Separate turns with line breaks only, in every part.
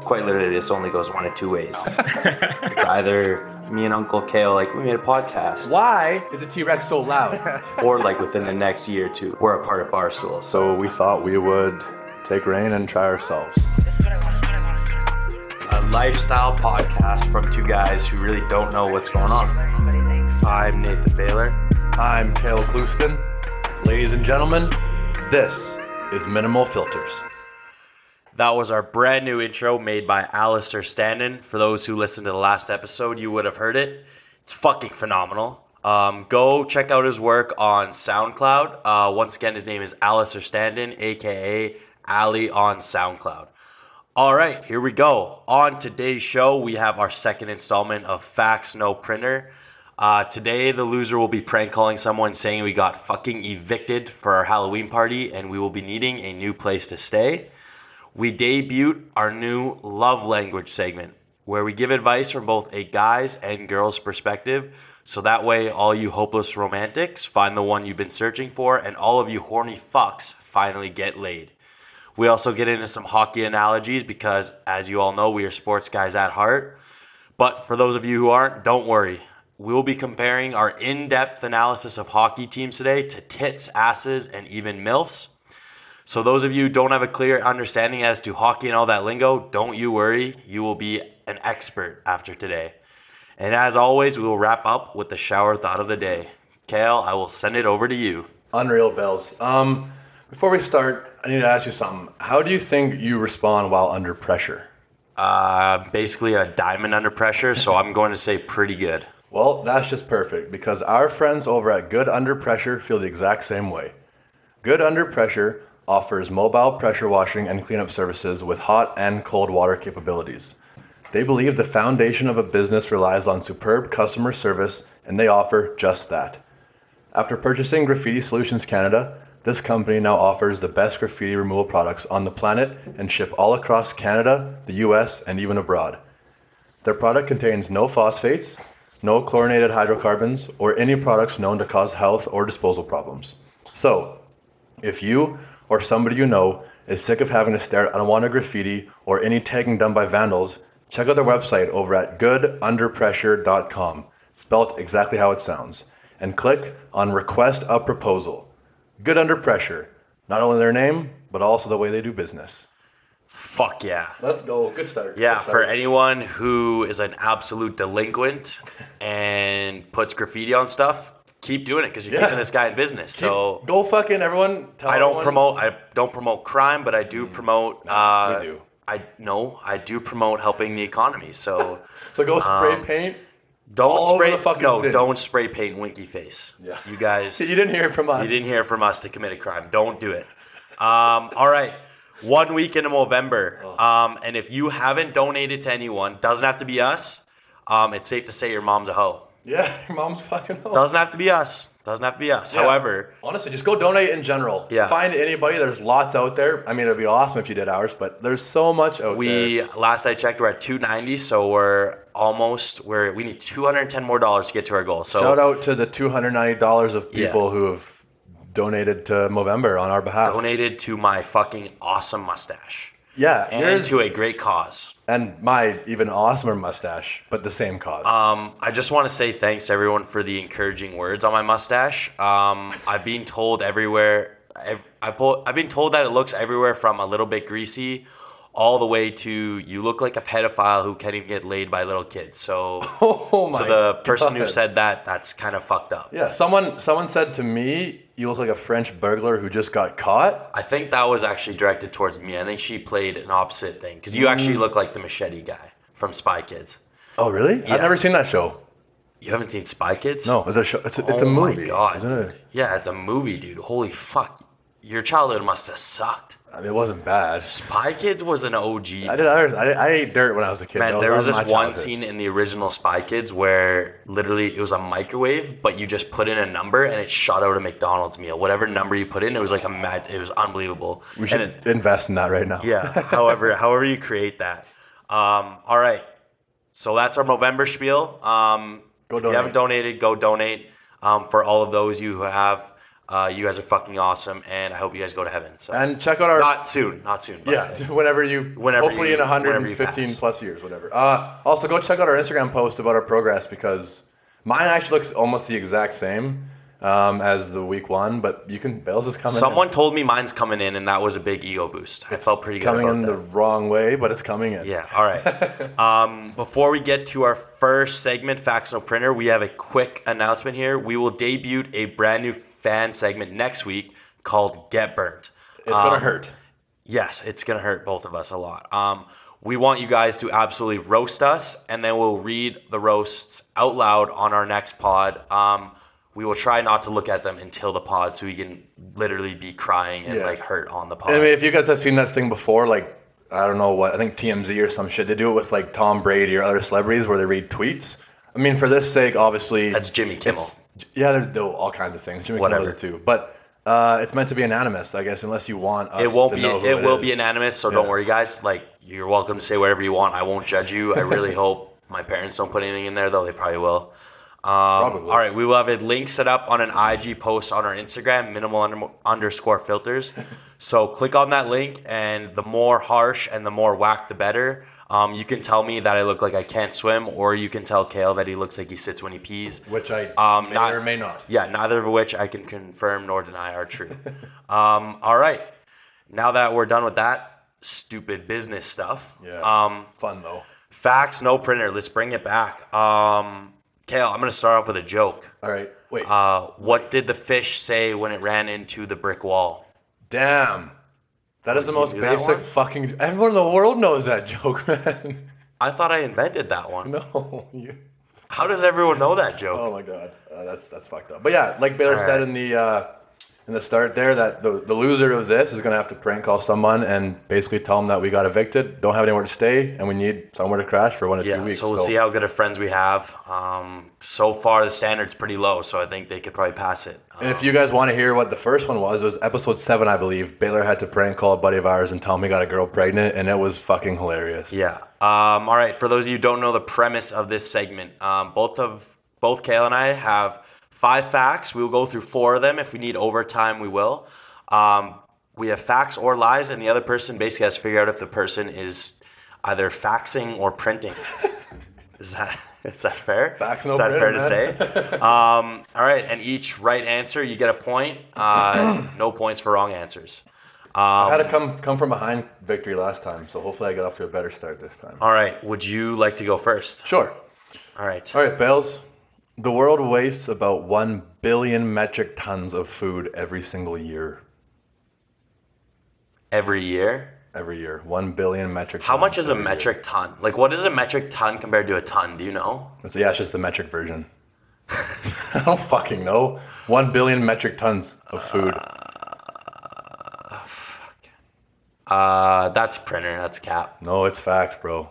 quite literally, this only goes one of two ways. it's either me and Uncle Kale, like, we made a podcast,
Why is a T Rex so loud?
or like within the next year or two, we're a part of Barstool. So
So we thought we would take reign and try ourselves.
a lifestyle podcast from two guys who really don't know what's going on.
I'm Nathan Baylor. I'm Kale Clouston. Ladies and gentlemen, this is Minimal Filters.
That was our brand new intro made by Alistair Stanton. For those who listened to the last episode, you would have heard it. It's fucking phenomenal. Um, go check out his work on SoundCloud. Uh, once again, his name is Alistair Stanton, aka Ali on SoundCloud. All right, here we go. On today's show, we have our second installment of Facts No Printer. Uh, today, the loser will be prank calling someone saying we got fucking evicted for our Halloween party and we will be needing a new place to stay we debut our new love language segment where we give advice from both a guy's and girl's perspective. So that way, all you hopeless romantics find the one you've been searching for, and all of you horny fucks finally get laid. We also get into some hockey analogies because, as you all know, we are sports guys at heart. But for those of you who aren't, don't worry. We'll be comparing our in depth analysis of hockey teams today to tits, asses, and even MILFs. So those of you who don't have a clear understanding as to hockey and all that lingo, don't you worry, you will be an expert after today. And as always, we will wrap up with the shower thought of the day. Kale, I will send it over to you.
Unreal Bells. Um, before we start, I need to ask you something. How do you think you respond while under pressure?
Uh, basically a diamond under pressure, so I'm going to say pretty good.
Well, that's just perfect because our friends over at Good Under Pressure feel the exact same way. Good Under Pressure offers mobile pressure washing and cleanup services with hot and cold water capabilities. They believe the foundation of a business relies on superb customer service, and they offer just that. After purchasing Graffiti Solutions Canada, this company now offers the best graffiti removal products on the planet and ship all across Canada, the US, and even abroad. Their product contains no phosphates, no chlorinated hydrocarbons, or any products known to cause health or disposal problems. So, if you or somebody you know is sick of having to stare at unwanted graffiti or any tagging done by vandals, check out their website over at goodunderpressure.com, spelled exactly how it sounds, and click on Request a Proposal. Good Under Pressure, not only their name, but also the way they do business.
Fuck yeah.
Let's go. Good start.
Yeah, for anyone who is an absolute delinquent and puts graffiti on stuff, keep doing it because you're
Yeah.
keeping this guy in business. so
go fucking everyone. Tell
I don't
everyone-
promote. I don't promote crime, but I do promote. Uh,
Mm. we do.
I no. I do promote helping the economy. So
So go spray paint.
don't
All over
spray.
the fucking
no,
city.
don't spray paint winky face.
Yeah.
You guys.
You didn't hear it from us.
You didn't hear from us to commit a crime. Don't do it. Um, all right. One week into November.
Oh.
Um, and if you haven't donated to anyone, doesn't have to be us. Um, it's safe to say your mom's a hoe.
Yeah, your mom's fucking home.
Doesn't have to be us. Doesn't have to be us. However,
honestly, just go donate in general.
Yeah.
Find anybody. There's lots out there. I mean, it'd be awesome if you did ours, but there's so much out there.
we last I checked, we're at 290, so we're almost we're we need 210 more dollars to get to our goal. So
Shout out to the $290 of
Yeah.
people who have donated to Movember on our behalf.
donated to my fucking awesome mustache
Yeah,
and
yours
to a great cause.
and my even awesomer mustache, but the same cause.
Um, I just want to say thanks to everyone for the encouraging words on my mustache. Um, I've been told everywhere. I've, I pull, I've been told that it looks everywhere from a little bit greasy, all the way to you look like a pedophile who can't even get laid by little kids. So
oh my
to the person who
God.
said that, that's kind of fucked up.
Yeah, someone someone said to me, "You look like a French burglar who just got caught."
I think that was actually directed towards me. I think she played an opposite thing because you
Mm.
actually look like the machete guy from Spy Kids.
Oh, really?
Yeah.
I've never seen that show.
You haven't seen Spy Kids?
No, it's a show. It's, a- it's
oh
a movie.
my god.
isn't it?
dude. Yeah, it's a movie, dude. Holy fuck. Your childhood must have sucked.
I mean, it wasn't bad.
Spy Kids was an OG.
I did. other- I, I ate dirt when I was a kid.
Man,
That
there
that
was this
my
one
childhood.
scene in the original Spy Kids where literally it was a microwave, but you just put in a number and it shot out a McDonald's meal. Whatever number you put in, it was like a mad. It was unbelievable.
We should
And it-
invest in that right now.
yeah. However, however you create that. Um, all right. So that's our November spiel. Um,
Go
if you haven't donated, go donate. Um, for all of those you who have, Uh, you guys are fucking awesome, and I hope you guys go to heaven. So
And check out our
not soon, not soon. but-
yeah, whenever you
Whenever
hopefully
you-
in 115
whenever you pass.
plus years, whatever. Uh, also go check out our Instagram post about our progress because mine actually looks almost the exact same um, as the week one, but you can Bales is coming. in.
Someone told me mine's coming in, and that was a big ego boost. I felt pretty good
coming
about
in
that.
the wrong way, but it's coming in.
Yeah. All right. um, before we get to our first segment, Fax No Printer, we have a quick announcement here. We will debut a brand new fan segment next week called Get Burnt. Um,
it's gonna hurt.
Yes, it's going to hurt both of us a lot. Um, we want you guys to absolutely roast us, and then we'll read the roasts out loud on our next pod. Um, we will try not to look at them until the pod so we can literally be crying and
Yeah.
like hurt on the pod.
I mean, if you guys have seen that thing before, like I don't know what I think TMZ or some shit, they do it with like Tom Brady or other celebrities where they read tweets. I mean, for this sake, obviously
That's Jimmy Kimmel.
it's- Yeah, they do all kinds of things. Jimmy
Whatever.
Kimmel did it too, but uh, it's meant to be anonymous, I guess, unless you want. Us
It won't
to
be.
know who
It, will
is.
be anonymous, so don't
Yeah.
worry, guys. Like you're welcome to say whatever you want. I won't judge you. I really hope my parents don't put anything in there, though. They probably will. Um,
Probably.
All right, we will have a link set up on an IG post on our Instagram, minimal under, underscore filters. So click on that link, and the more harsh and the more whack, the better. Um, you can tell me that I look like I can't swim, or you can tell Kale that he looks like he sits when he pees.
Which I
Um,
may
not-
or may not.
Yeah, neither of which I can confirm nor deny are true. um, all right. Now that we're done with that stupid business stuff,
Yeah.
um,
Fun though.
facts, no printer. Let's bring it back. Um, Kale, I'm going to start off with a joke.
All right, wait.
Uh, what did the fish say when it ran into the brick wall?
Damn, that is the most
knew that one?
basic fucking. Everyone in the world knows that joke, man.
I thought I invented that one.
no, you.
How does everyone know that joke?
Oh my god, uh, that's that's fucked up. But yeah, like Baylor said in the uh, in the start there, that the, the loser of this is gonna have to prank call someone and basically tell them that we got evicted, don't have anywhere to stay, and we need somewhere to crash for one to two
yeah,
weeks.
so we'll see how good of friends we have. Um, so far, the standard's pretty low, so I think they could probably pass it. Um,
and if you guys want to hear what the first one was, it was episode seven, I believe. Baylor had to prank call a buddy of ours and tell him he got a girl pregnant, and it was fucking hilarious.
Yeah. Um, all right. For those of you who don't know the premise of this segment, um, both of both Kale and I have five facts. We will go through four of them. If we need overtime, we will. Um, we have facts or lies, and the other person basically has to figure out if the person is either faxing or printing. is that is that fair?
Facts, no
is that fair
printing,
to say? Um, all right, and each right answer, you get a point. Uh, no points for wrong answers. Uh,
I had to come come from behind victory last time, so hopefully I get off to a better start this time.
All right. Would you like to go first?
Sure.
All right.
All right, Bales. The world wastes about 1 billion metric tons of food every single year.
Every year.
Every year. 1 billion metric
How
tons
much is a
every year.
metric ton? Like, what is a metric ton compared to a ton? Do you know?
It's- yeah, it's just the metric version. I don't fucking know. 1 billion metric tons of food.
Uh, that's printer. That's cap.
no, it's facts, bro.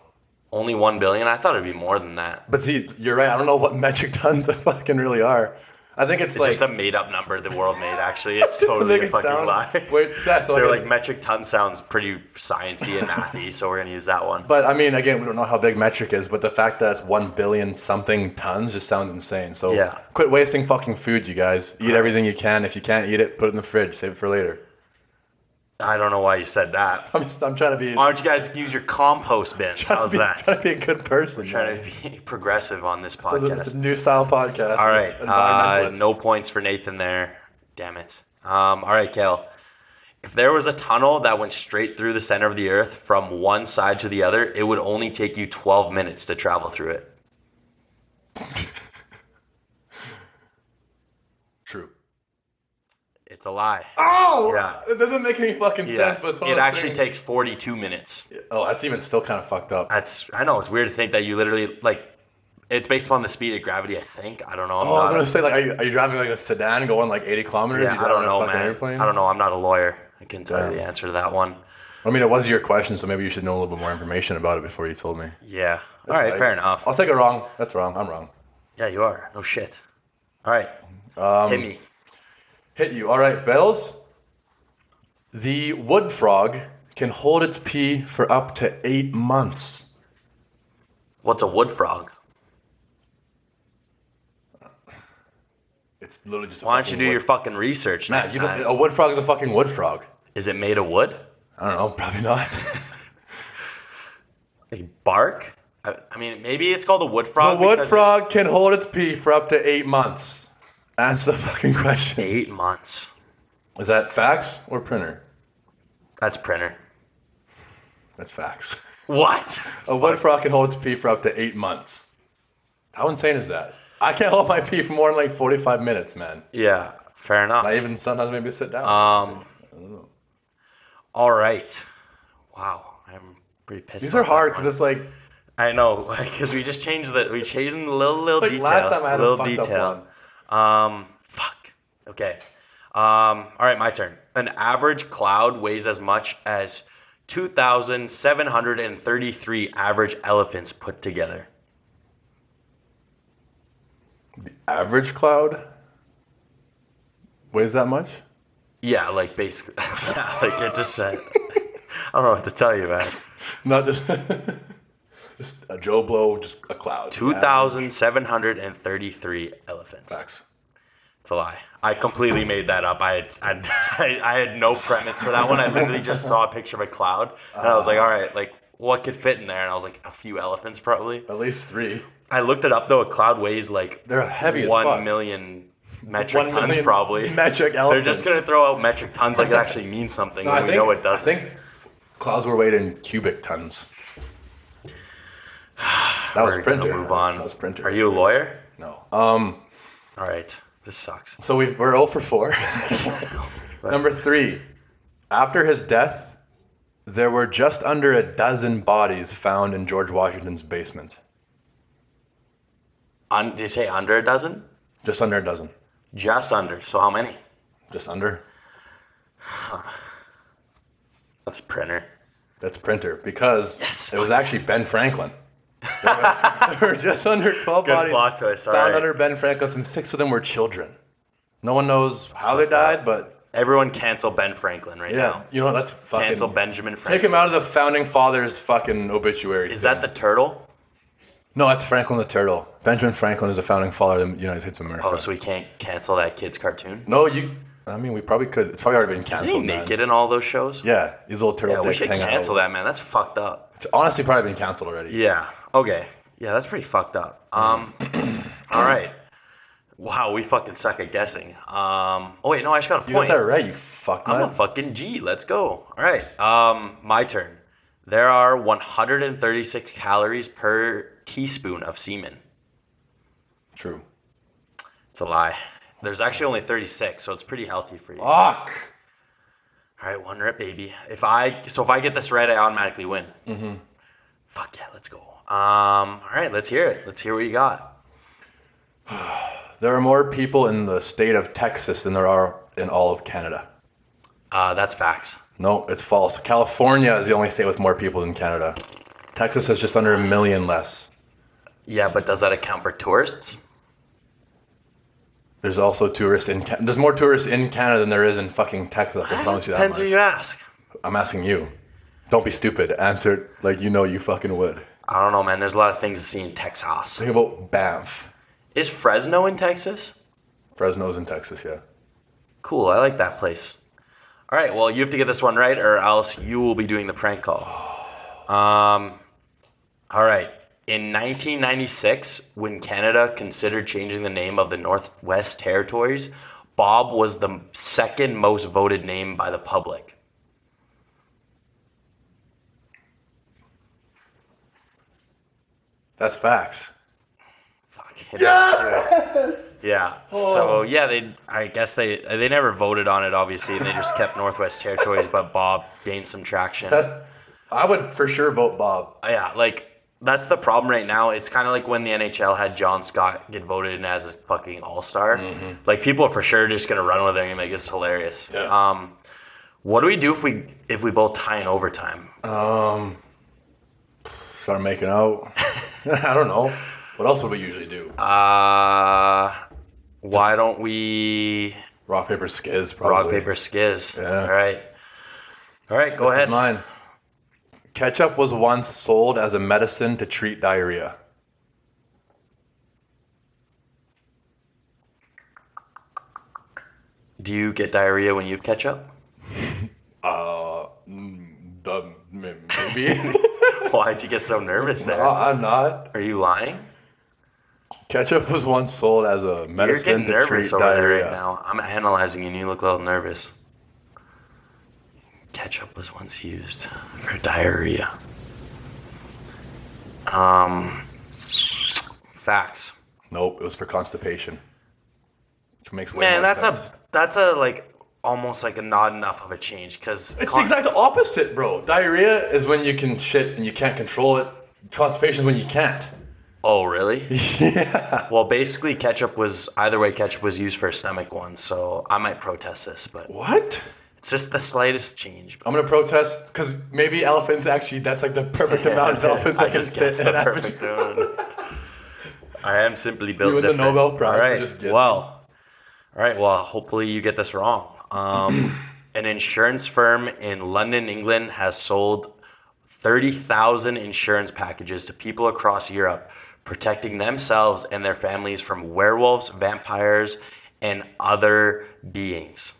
Only one billion. I thought it'd be more than that.
But see, you're right. I don't know what metric tons fucking really are. I think it's,
It's
like.
just a made-up number the world made. Actually, it's
just to
totally
make
a
it
fucking
sound-
lie.
Wait, yeah, so I
They're
guess-
like metric ton sounds pretty sciencey and mathy, so we're gonna use that one.
But I mean, again, we don't know how big metric is, but the fact that it's one billion something tons just sounds insane. So
Yeah.
quit wasting fucking food, you guys. Eat everything you can. If you can't eat it, put it in the fridge. Save it for later.
I don't know why you said that.
I'm just, I'm trying to be.
Why don't you guys use your compost bins? How's
be- Trying
that?
to be a good person.
Trying
man.
to be progressive on this
It's a- it's
podcast.
a new style podcast.
All
It's
right, uh,
environmentalists.
no points for Nathan there. Damn it. Um, all right, Kale. If there was a tunnel that went straight through the center of the Earth from one side to the other, it would only take you 12 minutes to travel through it.
True.
It's a lie.
Oh,
Yeah.
It doesn't make any fucking sense, but it's one
it
of those
actually
things-
takes 42 minutes.
Oh, that's even still kind of fucked up.
That's I know it's weird to think that you literally like. It's based upon the speed of gravity, I think. I don't know. I'm
Oh, I was
not-
gonna say like, are you, are you driving like a sedan going like 80 kilometers?
yeah,
You
I
driving
don't
a
know,
fucking
man.
Airplane?
I don't know. I'm not a lawyer. I can tell you the
Damn.
answer to that one.
I mean, it was your question, so maybe you should know a little bit more information about it before you told me.
Yeah. All right,
Like,
fair enough.
I'll take it wrong. That's wrong. I'm wrong.
Yeah, you are. No shit. All right.
Um,
Hit me.
Hit you. All right, Bells. The wood frog can hold its pee for up to eight months.
What's a wood frog?
It's literally just. A
Why don't you
fucking
do
wood-
your fucking research
Matt,
next
you
time?
don't- a wood frog is a fucking wood frog.
Is it made of wood?
I don't know. Probably not.
A bark? I, I mean, maybe it's called a wood
a
frog.
wood
because
frog can hold its pee for up to eight months. Answer the fucking
it's
question.
Eight months.
Is that facts or printer?
That's printer.
That's facts.
What?
A wood frog can hold its pee for up to eight months. How insane is that? I can't hold my pee for more than like 45 minutes, man.
Yeah, fair enough.
I even sometimes maybe sit down.
Um. All right. Wow, I'm pretty pissed.
These are
about
hard
that
because
one.
it's like,
I know because we just changed the we changed the little little
like
detail.
last time I had
little
a fucked
detail.
up
Um. Fuck. Okay. Um. All right, my turn. An average cloud weighs as much as two thousand seven hundred and thirty-three average elephants put together.
one. Average cloud weighs that much?
Yeah, like basically, yeah, like it just said. I don't know what to tell you, man.
Not just, just a Joe Blow, just a cloud.
Two thousand seven hundred and thirty-three elephants.
Facts.
It's a lie. I completely made that up. I had, I, I had no premise for that one. I literally just saw a picture of a cloud, and I was like, all right, like what could fit in there? And I was like, a few elephants probably.
At least three.
I looked it up though. A cloud weighs like
They're heavy as fuck.
one million metric
One
tons
million
probably.
metric
They're just
elephants.
gonna throw out metric tons like it actually means something. and we know it doesn't.
I think clouds were weighed in cubic tons. That was
We're
printer.
gonna move on.
That was printer.
Are you a lawyer?
No. Um.
All right. This sucks.
So we we're 0 for 4. Number three. After his death, there were just under a dozen bodies found in George Washington's basement.
Un- did you say under a dozen?
Just under a dozen.
Just under. So how many?
Just under.
That's printer.
That's printer because
Yes,
it was actually Ben Franklin. there were just under 12
Good
bodies
plot twist, all
found
right.
under Ben Franklin's, and six of them were children. No one knows how they
fucked up.
died, but
Everyone cancel Ben Franklin right
yeah,
now.
you know what? That's fucking
Cancel Benjamin Franklin.
Take him out of the founding fathers' fucking obituary.
Is that the turtle?
no? That's Franklin the Turtle. Benjamin Franklin is a founding father of the United States of America.
Oh, so we can't cancel that kid's cartoon?
No, you. I mean, we probably could. It's probably already been
Is
canceled.
he
man.
naked in all those shows?
Yeah, these little turtle
Yeah, we
dicks
should
hanging out.
cancel that, man. That's fucked up.
It's honestly probably been canceled already.
Yeah. Okay. Yeah, that's pretty fucked up. Um, all right. Wow, we fucking suck at guessing. Um, oh wait, no, I just got a
You
point.
got that right, you fuck
I'm
nut.
a fucking G. Let's go. All right. Um, my turn. There are 136 calories per teaspoon of semen.
True.
It's a lie. There's actually only 36, so it's pretty healthy for you. All
Fuck.
right, one rip, baby. If I so if I get this right, I automatically win. Mm-hmm. Fuck yeah, let's go. Um, all right, let's hear it. Let's hear what you got.
There are more people in the state of Texas than there are in all of Canada.
Uh, that's facts.
No, it's false. California is the only state with more people than Canada. Texas has just under a million less.
Yeah, but does that account for tourists?
There's also tourists in Canada. There's more tourists in Canada than there is in fucking Texas. I can promise you that
Depends who
much.
you ask.
I'm asking you. Don't be stupid. Answer it like you know you fucking would.
I don't know, man. There's a lot of things to see in Texas.
Think about Banff.
Is Fresno in Texas?
Fresno's in Texas, yeah.
Cool. I like that place. All right. Well, you have to get this one right, or else you will be doing the prank call. Um, all right. In 1996, when Canada considered changing the name of the Northwest Territories, Bob was the second most voted name by the public.
That's facts.
Fuck. Yes! Yeah. So yeah, they. I guess they they never voted on it, obviously, and they just kept Northwest Territories. But Bob gained some traction.
That, I would for sure vote Bob.
yeah, like that's the problem right now. It's kind of like when the NHL had John Scott get voted in as a fucking all star. Like people are for sure just gonna run with it and make it's hilarious.
Mm-hmm. Yeah.
Um, what do we do if we if we both tie in overtime? Uh,
Start making out. I don't know. What else would we usually do?
Uh, why don't we
rock, paper, skiz, probably.
rock paper skiz?
Yeah.
All right, all right, go
This is
ahead.
Mine. Ketchup was once sold as a medicine to treat diarrhea.
Do you get diarrhea when you have ketchup?
Uh, mm, maybe.
Why'd you get so nervous there?
I'm not.
Are you lying?
Ketchup was once sold as a
You're
medicine
getting
to treat
nervous over there
diarrhea.
right now. I'm analyzing and you look a little nervous. Ketchup was once used for diarrhea. Um, facts.
Nope, it was for constipation. Which makes way
Man,
more
that's
sense.
a that's a like almost like a not enough of a change because
It's the exact opposite, bro. Diarrhea is when you can shit and you can't control it. Constipation is when you can't.
Oh, really? Well, basically, ketchup was either way. Ketchup was used for a stomach one, so I might protest this, but
What?
it's just the slightest change.
I'm gonna protest because maybe elephants actually that's like the perfect amount of elephants
I
that can
just
fit
guessed
in
the
average-
perfect one. I am simply built
win the
different.
Nobel Prize
All
for
right.
just guessing.
well, all right. Well, hopefully you get this wrong. Um, an insurance firm in London, England, has sold thirty thousand insurance packages to people across Europe, protecting themselves and their families from werewolves, vampires, and other beings.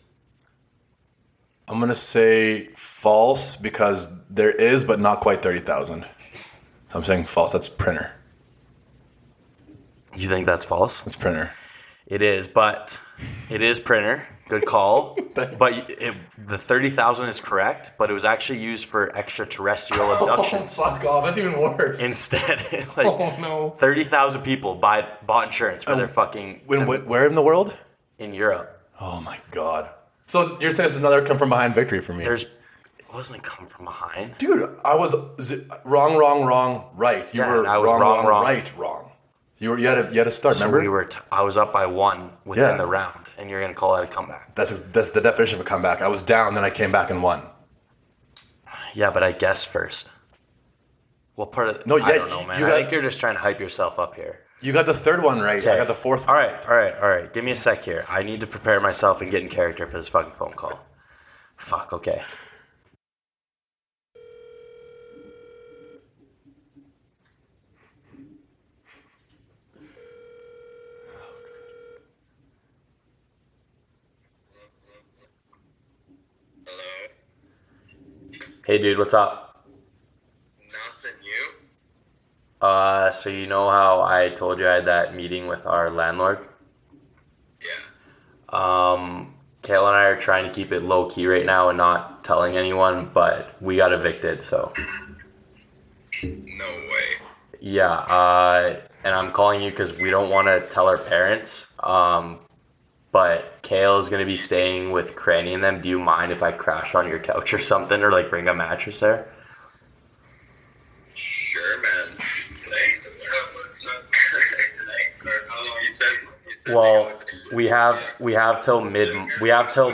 I'm gonna say false because there is, but not quite thirty thousand. I'm saying false. That's printer.
You think that's false?
That's printer.
It is, but it is printer. Good call. but it, the 30,000 is correct, but it was actually used for extraterrestrial abductions.
Oh, fuck off. That's even worse. Oh,
Instead, like
no. Um,
30,000 people buy, bought insurance for their fucking
When, when, where in the world?
in Europe.
Oh my god. So you're saying it's another come from behind victory for me?
There's it wasn't come from behind.
Dude, I was z- wrong, wrong, wrong, right. You
Yeah,
were
and I was wrong, wrong.
right, wrong. You were you had a, you had a start.
So
remember,
we were t- I was up by 1 within
Yeah.
the round and you're going to call that a comeback.
that's that's the definition of a comeback. I was down, then I came back and won.
Yeah, but I guessed first. What part of
No,
I
yeah,
don't know, man.
you
I
got-
think you're just trying to hype yourself up here.
You got the third one right. I
Okay.
got the fourth.
All right, all right, all right. Give me a sec here. I need to prepare myself and get in character for this fucking phone call. Fuck, okay.
Hello?
Hey, dude, what's up?
Nothing you?
Uh, so you know how I told you I had that meeting with our landlord?
Yeah.
Um, Kayla and I are trying to keep it low key right now and not telling anyone, but we got evicted, so.
No way.
Yeah, uh, and I'm calling you because we don't want to tell our parents. Um, but Kale is going to be staying with Cranny and them. Do you mind if I crash on your couch or something, or like bring a mattress there?
Sure, man. Today? Today? Or how long? He says, he says
Well, we have we have till mid we have till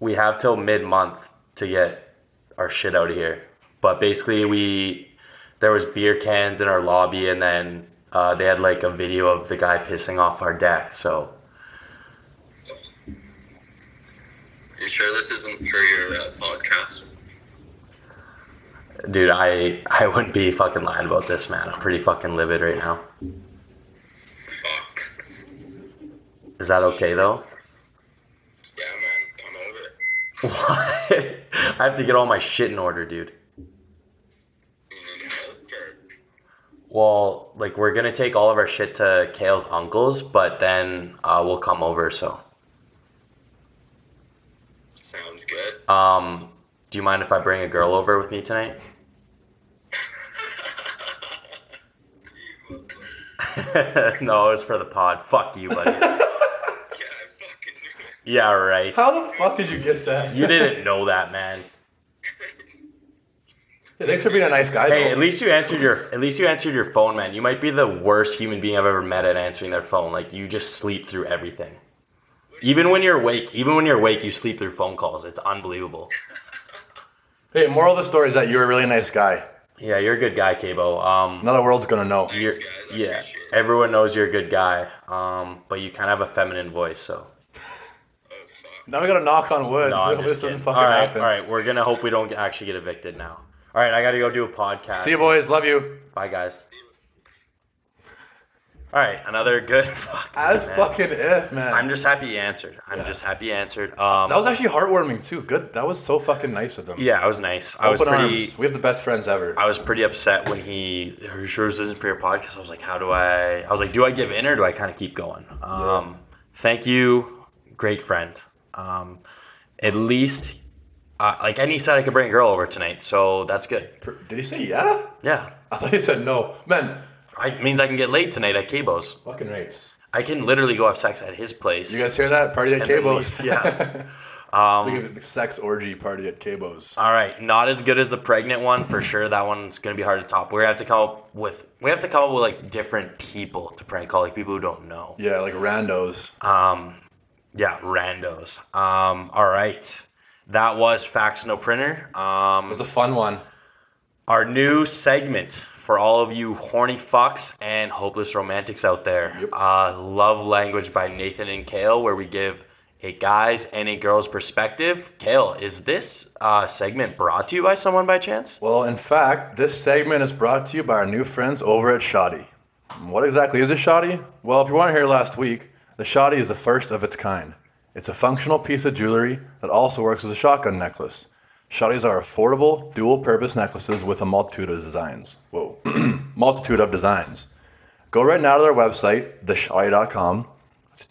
we have till mid month to get our shit out of here. But basically, we there was beer cans in our lobby, and then uh, they had like a video of the guy pissing off our deck. So
You sure this isn't for your uh, podcast?
Dude, I I wouldn't be fucking lying about this, man. I'm pretty fucking livid right now.
Fuck.
Is that okay though?
Yeah, man. I'm over it.
What? I have to get all my shit in order, dude.
You need help or?
Well, like we're gonna take all of our shit to Kale's uncle's, but then uh, we'll come over. So,
Sounds good.
um, do you mind if I bring a girl over with me tonight?
uh,
no, it's for the pod. Fuck you, buddy.
Yeah, I fucking knew it.
Yeah, right.
How the fuck did you guess that?
You didn't know that, man.
Thanks for being a nice guy.
Hey,
though.
at least you answered your at least you answered your phone, man. You might be the worst human being I've ever met at answering their phone. Like you just sleep through everything. Even when you're awake, even when you're awake, you sleep through phone calls. It's unbelievable.
hey, moral of the story is that you're a really nice guy.
Yeah, you're a good guy, Cabo. Um,
Now the world's gonna know.
you're,
guys. I
yeah,
appreciate it.
everyone knows you're a good guy. Um, but you kind of have a feminine voice, so
Oh, fuck.
Now we gotta knock on wood.
no, I'm
Hope
just
this doesn't
kidding. All
fucking
right,
happen.
all right, we're gonna hope we don't actually get evicted now. All right, I gotta go do a podcast.
See you, boys. Love you.
Bye, guys. All right, another good. Fuck,
As
man.
fucking if, man.
I'm just happy you answered. I'm just happy you answered. Um,
that was actually heartwarming too. Good. That was so fucking nice of them.
yeah, I was nice. I was
Open
pretty.
arms. We have the best friends ever.
I was pretty upset when he "Are you sure this isn't for your podcast. I was like, how do I? I was like, do I give in or do I kind of keep going? Um, Thank you, great friend. Um, at least, uh, like, and he said I could bring a girl over tonight, so that's good.
Per- Did he say yeah?
Yeah,
I thought he said no. Man,
I, it means I can get laid tonight at Cabo's.
fucking rates.
I can literally go have sex at his place.
You guys hear that? Party at
And then
Cabo's.
leave. Yeah. Um,
we get a sex orgy party at Cabo's.
All right, not as good as the pregnant one for sure. That one's gonna be hard to top. We're gonna have to come up with we have to come up with like different people to prank call, like people who don't know.
Yeah, like randos.
Um, yeah, randos. Um, all right. That was Facts No Printer.
it
Um,
was a fun one.
our new segment for all of you horny fucks and hopeless romantics out there.
Yep.
Uh, Love Language by Nathan and Kale, where we give a guy's and a girl's perspective. Kale, is this uh, segment brought to you by someone by chance?
Well, in fact, this segment is brought to you by our new friends over at Shoddy. What exactly is a Shoddy? Well, if you weren't here last week, the Shoddy is the first of its kind. It's a functional piece of jewelry that also works as a shotgun necklace. Shoddies are affordable, dual purpose necklaces with a multitude of designs. Whoa, multitude of designs. Go right now to their website, theshoddy.com,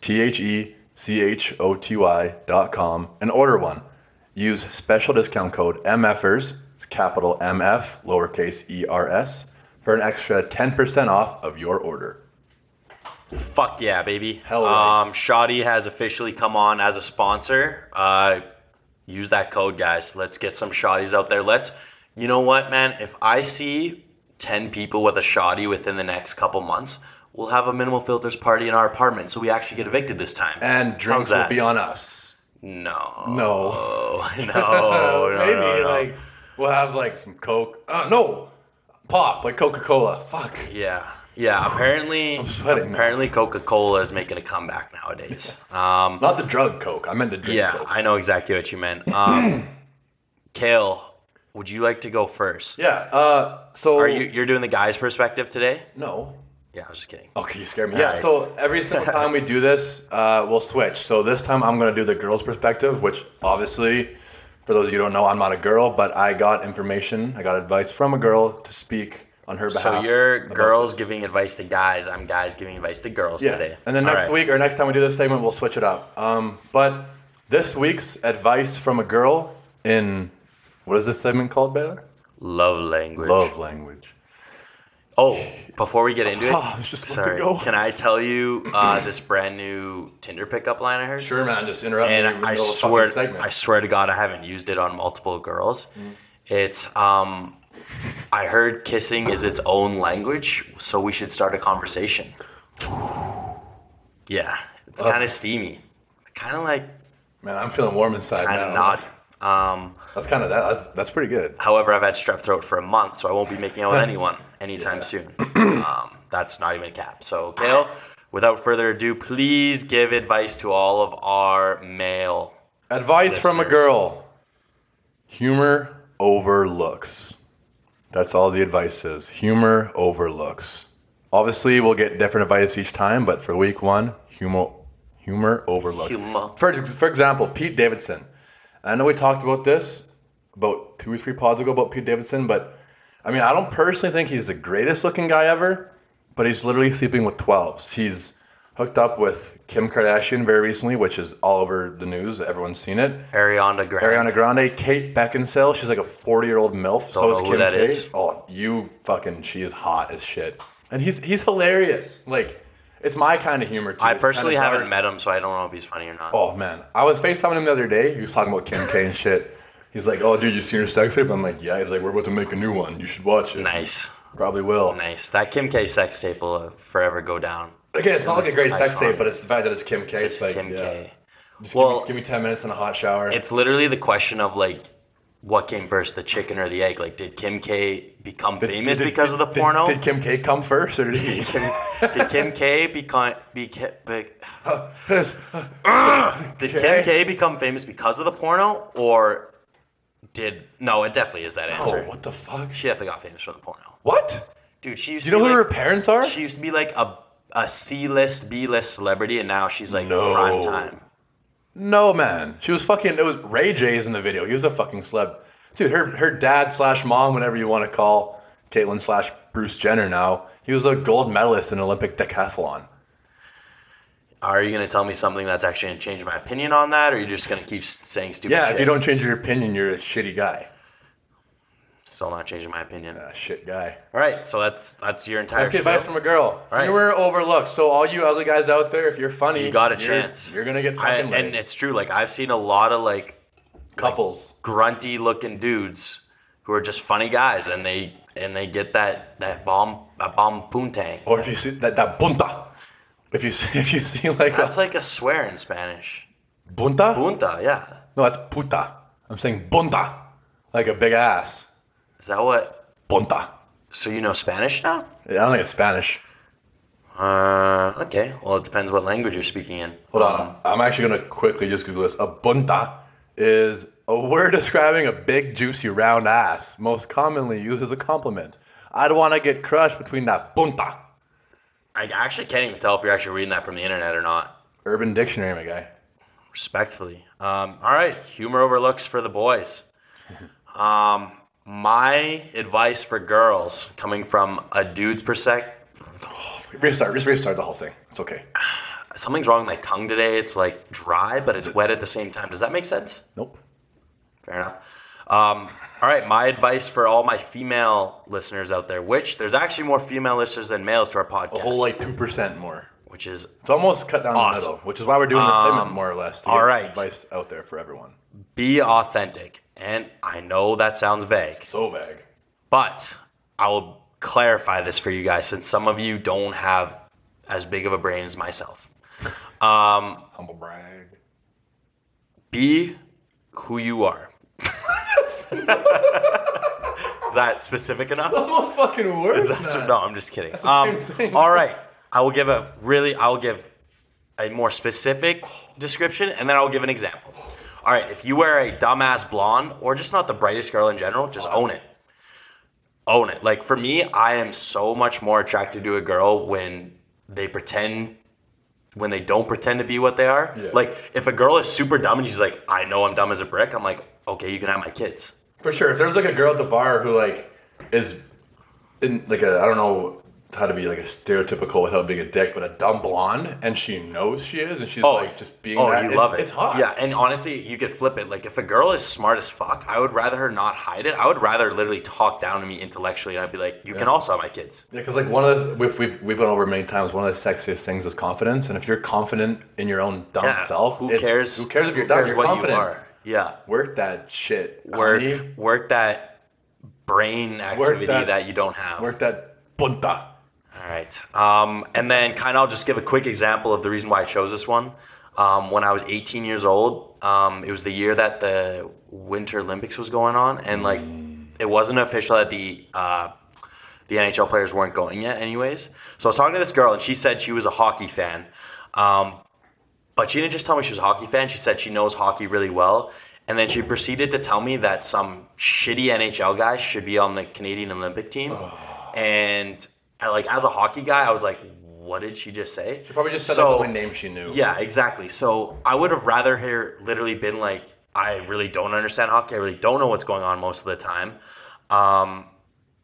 T H E C H O T Y dot com, and order one. Use special discount code MFERS, it's capital MF, lowercase E R S, for an extra 10% off of your order.
Fuck yeah, baby.
Hell right.
Um, Shoddy has officially come on as a sponsor. Uh, use that code, guys. Let's get some shoddies out there. Let's, you know what, man? If I see 10 people with a shoddy within the next couple months, we'll have a minimal filters party in our apartment. So we actually get evicted this time.
And drinks will
that?
be on us.
no.
No.
No, Oh, no, no,
Maybe,
no.
like, we'll have, like, some Coke. Uh, no! Pop, like Coca Cola. Fuck.
Yeah. Yeah, apparently,
I'm sweating now.
apparently Coca-Cola is making a comeback nowadays. Um,
Not the drug Coke. I meant the drink
Yeah,
Coke.
I know exactly what you meant. Um, Kale, would you like to go first?
yeah. Uh, so.
Are you you're doing the guy's perspective today?
No.
Yeah, I was just kidding.
Okay, you scared me.
Yeah,
Yeah. So every single time we do this, uh, we'll switch. So this time I'm gonna do the girl's perspective, which obviously, for those of you who don't know, I'm not a girl, but I got information, I got advice from a girl to speak on her behalf.
So you're
Uh, about
girls
this.
giving advice to guys. I'm guys giving advice to girls
yeah.
today.
And then
All
next
right.
week or next time we do this segment, we'll switch it up. Um, but this week's advice from a girl in what is this segment called, Baylor?
love language.
Love language.
Oh, before we get into it,
I was just about to
sorry.
go.
Can I tell you uh, this brand new Tinder pickup line I heard?
Sure, man. Just interrupt me. in
and
the
I
middle of the
swear,
fucking segment.
I swear to God, I haven't used it on multiple girls.
Mm-hmm.
It's um, I heard kissing is its own language, so we should start a conversation. Yeah, it's kind of steamy, kind of like
man, I'm feeling warm inside
kind
now.
of naughty. Um,
That's kind of that. That's, that's pretty good.
however, I've had strep throat for a month, so I won't be making out with anyone anytime soon. um, that's not even a cap. So, Kale, without further ado, please give advice to all of our male
Advice from a
Listeners.
girl. Humor overlooks. That's all the advice is. Humor overlooks. Obviously, we'll get different advice each time, but for week one, humor humor overlooks.
Humor.
For, for example, Pete Davidson. I know we talked about this about two or three pods ago about Pete Davidson, but I mean, I don't personally think he's the greatest looking guy ever, but he's literally sleeping with 12s. He's hooked up with Kim Kardashian very recently, which is all over the news. Everyone's seen it.
Ariana Grande.
Ariana Grande, Kate Beckinsale. She's like a 40 year old MILF. so
know
is
who
Kim
that
K.
is.
Oh, you fucking, she is hot as shit. And he's he's hilarious. Like, it's my kind of humor, too.
I
It's
personally
kinda
haven't
dark.
met him, so I don't know if he's funny or not.
Oh, man. I was FaceTiming him the other day. He was talking about Kim K and shit. He's like, oh, dude, you seen her sex tape? I'm like, yeah. He's like, we're about to make a new one. You should watch it.
Nice,
Probably will.
nice. That Kim K sex tape will forever go down.
Again, it's not like a great sex
Iconic.
tape, but it's the fact that it's Kim K. It's,
It's
like,
Kim
yeah.
K.
Just
Well-
give, me, give me 10 minutes in a hot shower.
It's literally the question of like, what came first, the chicken or the egg? Like, did Kim K become famous because of the
did-
porno?
Did Kim K come first, or did he?
Did Kim K become beca- be, Did
Okay.
Kim K become famous because of the porno, or did no? It definitely is that
Oh,
answer.
what the fuck?
She definitely got famous from the porno,
What?
dude. She used
Do
to
you know
be
who her
like,
parents are?
She used to be like a a C list, B list celebrity, and now she's like
No.
prime time.
No man, she was fucking. It was Ray J's in the video. He was a fucking celeb, dude. Her her dad slash mom, whatever you want to call Caitlyn slash Bruce Jenner. Now he was a gold medalist in Olympic decathlon.
Are you gonna tell me something that's actually gonna change my opinion on that, or are you just gonna keep s- saying stupid?
Yeah,
shit?
if you don't change your opinion, you're a shitty guy.
still not changing my opinion.
A shit guy.
All right, so that's that's your entire.
That's the
show.
advice from a girl.
Right.
You were overlooked. So all you ugly guys out there, if you're funny,
You got a
you're-
chance.
You're gonna get
I-
fucking laid.
and it's true. Like I've seen a lot of like
couples.
grunty looking dudes who are just funny guys, and they and they get that that bomb a bomb poontang.
Or if you see that that bunta, if you see, if you see like a-
That's like a swear in Spanish.
bunta,
Punta, yeah.
no, that's puta. I'm saying bunta, like a big ass
Is that what?
bunta.
So you know Spanish now?
I don't think it's Spanish.
Uh, okay. Well, it depends what language you're speaking in.
Hold on, I'm actually gonna quickly just Google this. A bunta is a word describing a big, juicy, round ass, most commonly used as a compliment. I'd want to get crushed between that bunta.
I actually can't even tell if you're actually reading that from the internet or not.
Urban Dictionary, my guy.
Respectfully. Um, all right. Humor overlooks for the boys. Um, my advice for girls, coming from a dude's perspective,
Restart, just restart the whole thing. It's okay.
something's wrong with my tongue today. It's like dry, but it's wet at the same time. Does that make sense?
Nope.
Fair enough. Um, all right, my advice for all my female listeners out there, which there's actually more female listeners than males to our podcast,
A whole like two percent more.
which is
It's almost cut down
Awesome.
the middle, which is why we're doing this segment more or less. To
all
get
right.
advice out there for everyone.
be authentic. And I know that sounds vague,
So vague.
but I will clarify this for you guys since some of you don't have as big of a brain as myself.
Humble brag.
Be who you are. is that specific enough?
Almost fucking worse.
That's- no, I'm just kidding.
the
um,
same thing.
All right, I will give a really, I will give a more specific description, and then I will give an example. All right, if you wear a dumbass blonde or just not the brightest girl in general, just own it. Own it. Like for me, I am so much more attracted to a girl when they pretend. When they don't pretend to be what they are,
Yeah.
like if a girl is super dumb and she's like, "I know I'm dumb as a brick," I'm like, "Okay, you can have my kids."
For sure. If there's like a girl at the bar who like is in like a I don't know how to be like a stereotypical without being a dick, but a dumb blonde, and she knows she is, and she's like just being.
Oh,
that,
you
it's,
love it.
It's hot.
Yeah, and honestly, you could flip it. Like if a girl is smart as fuck, I would rather her not hide it. I would rather literally talk down to me intellectually, and I'd be like, "You can also have my kids."
Yeah, because like one of the we've, we've we've gone over many times. One of the sexiest things is confidence, and if you're confident in your own dumb
Yeah,
self,
Um, Who
it's-
cares?
Who cares if you're
who
dumb?
cares
You're
what
confident.
you are? Yeah,
Work that shit.
work
honey.
work that brain activity
that-
that, you don't have.
Work that bunta.
All right. Um, and then kind of I'll just give a quick example of the reason why I chose this one. Um, when I was 18 years old, um, it was the year that the Winter Olympics was going on, and like it wasn't official that the uh, the NHL players weren't going yet, anyways. So I was talking to this girl, and she said she was a hockey fan, um, but she didn't just tell me she was a hockey fan. She said she knows hockey really well, and then she proceeded to tell me that some shitty NHL guy should be on the Canadian Olympic team.
Oh.
And I, like as a hockey guy, I was like, "What did she just say?" She
Probably just said the only name she knew.
yeah, exactly. So I would have rather her literally been like, I really don't understand hockey. I really don't know what's going on most of the time. Um,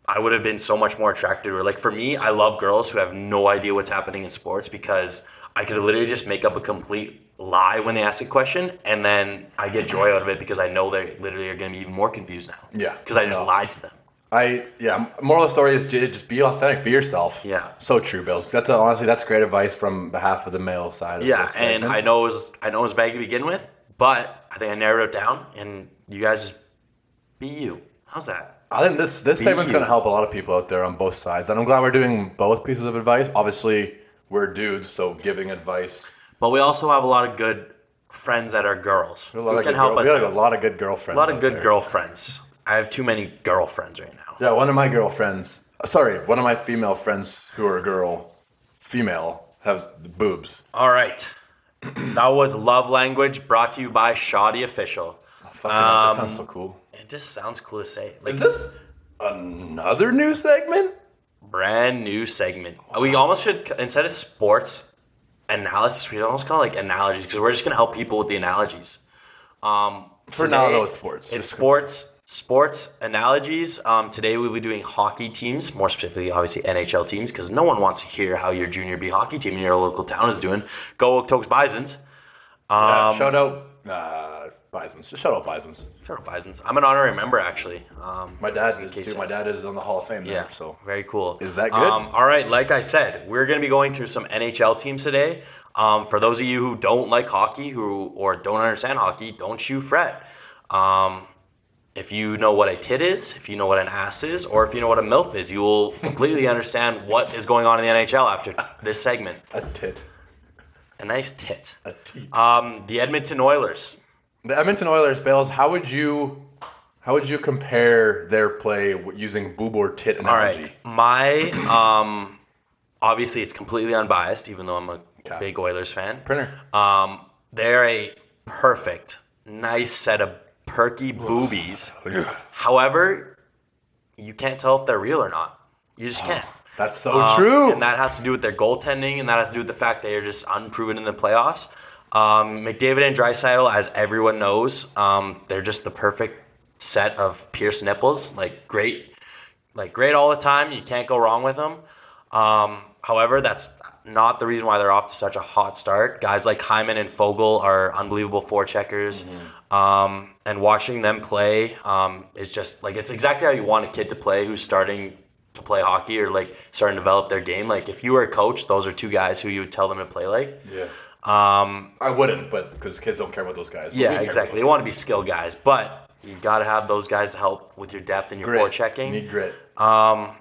I would have been so much more attracted to her. Like for me, I love girls who have no idea what's happening in sports because I could literally just make up a complete lie when they ask a question, and then I get joy out of it because I know they literally are going to be even more confused now.
Yeah.
because I just
No.
lied to them.
I yeah. Moral of the story is j- just be authentic, be yourself.
Yeah.
So true, Bills. That's a, honestly that's great advice from behalf of the male side. Of
Yeah,
this
and
segment.
I know it was I know it was vague to begin with, but I think I narrowed it down, and you guys just be you. How's that?
I think this this segment's
you.
going to help a lot of people out there on both sides, and I'm glad we're doing both pieces of advice. Obviously, we're dudes, so giving advice.
But we also have a lot of good friends that are girls
A
who
lot of
can
good
help
girl-
us.
We
out.
have a lot of good girlfriends.
A lot of
out
good
there.
girlfriends. I have too many girlfriends right now.
Yeah, one of my girlfriends. Sorry, one of my female friends who are a girl, female, has boobs.
All right, that was love language brought to you by Shoddy Official.
Fucking, that
Um,
sounds so cool.
It just sounds cool to say. Like
Is this another new segment?
brand new segment. We almost should instead of sports analysis, we should almost call it like analogies because we're just gonna help people with the analogies. Um,
For now, though, it's sports.
It's
Just-
sports. Sports analogies. Um, today we'll be doing hockey teams, more specifically, obviously NHL teams, because no one wants to hear how your junior B hockey team in your local town is doing. Go Okotoks Bison's.
Yeah, shout out Um, uh, Bisons. Just shout out Bisons.
Shout out Bison's. I'm an honorary member actually. Um,
My dad is
Okay,
too.
so-
My dad is on the Hall of Fame.
Yeah.
Yeah. So
very cool.
Is that good?
Um, all right. Like I said, we're going to be going through some NHL teams today. Um, for those of you who don't like hockey, who or don't understand hockey, don't you fret. Um, if you know what a tit is, if you know what an ass is, or if you know what a milf is, you will completely understand what is going on in the NHL after this segment.
a tit,
A nice tit.
a teat.
Um, the Edmonton Oilers.
the Edmonton Oilers, Bales. How would you, how would you compare their play w- using boob or tit
All
analogy?
right. My um, obviously it's completely unbiased, even though I'm a
Okay.
big Oilers fan.
Printer.
Um, they're a perfect, nice set of perky boobies. However, you can't tell if they're real or not. You just can't.
That's so
Um,
true.
And that has to do with their goaltending, and that has to do with the fact they are just unproven in the playoffs. Um, McDavid and Drysidle, as everyone knows, um, they're just the perfect set of pierced nipples. Like great, like great all the time. You can't go wrong with them. Um, however, that's not the reason why they're off to such a hot start. Guys like Hyman and Fogel are unbelievable four checkers. Um, and watching them play um, is just like it's exactly how you want a kid to play who's starting to play hockey or like starting to develop their game. Like if you were a coach, those are two guys who you would tell them to play like.
yeah.
Um,
I wouldn't, but because kids don't care about those guys. but we
yeah,
care about
exactly. They
those
want to be
guys.
skilled guys, but you got to have those guys to help with your depth and your
grit.
forechecking. checking.
Need grit.
Um,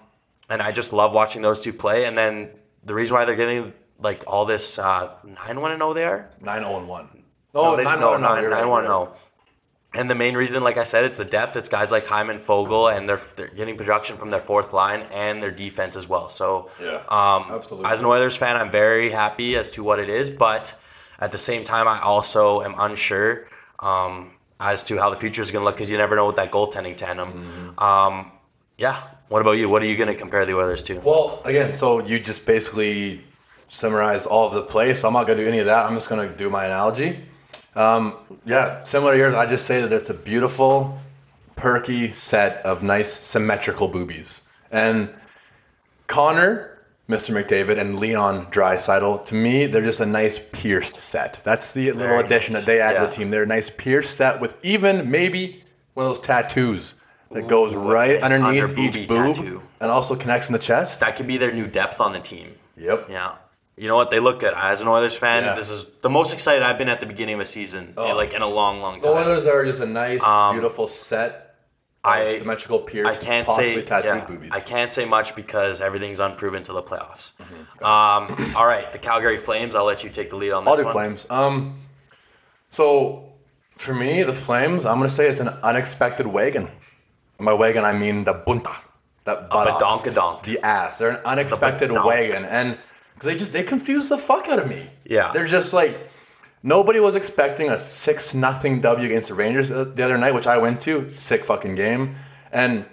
and I just love watching those two play. And then the reason why they're getting like all this uh, nine one and zero they are.
Nine zero and one.
No,
No,
they-
Oh, nine
no,
zero and
nine-
one.
nine one and zero. And the main reason, like I said, it's the depth. It's guys like Hyman Fogel, and they're, they're getting production from their fourth line and their defense as well. So,
Yeah,
um,
absolutely.
As an Oilers fan, I'm very happy as to what it is, but at the same time, I also am unsure um, as to how the future is going to look because you never know with that goaltending
Mm-hmm.
tandem. Um, yeah. What about you? What are you going to compare the Oilers to?
Well, again, so you just basically summarize all of the play. So I'm not going to do any of that. I'm just going to do my analogy. Um, yeah, similar to yours. I just say that it's a beautiful, perky set of nice, symmetrical boobies. And Connor, Mr. McDavid, and Leon Drysidel, to me, they're just a nice pierced set. That's the little
Very
addition
nice.
that they add to
Yeah.
the team. They're a nice pierced set with even maybe one of those tattoos that goes right
nice
underneath
under
each
boobie
boob
tattoo.
and also connects in the chest.
That could be their new depth on the team.
Yep.
Yeah. You know what? They look good. As an Oilers fan,
Yeah.
this is the most excited I've been at the beginning of a season,
Oh.
like in a long, long
The
time.
Oilers are just a nice,
Um,
beautiful set. Of
I-
symmetrical pierced,
I can't
possibly
say
tattooed
yeah,
boobies.
I can't say much because everything's unproven till the playoffs. Um, all right, the Calgary Flames. I'll let you take the lead on this
Mm-hmm. I'll do
one.
Flames. Um, so for me, the Flames. I'm gonna say it's an unexpected wagon. And By wagon, I mean the bunta, that buttocks,
badonkadonk.
the ass. They're an unexpected
badonk.
wagon, and because they just they confuse the fuck out of me.
Yeah.
they're just like nobody was expecting a six nothing W against the Rangers uh, the other night, which I went to. Sick fucking game, and.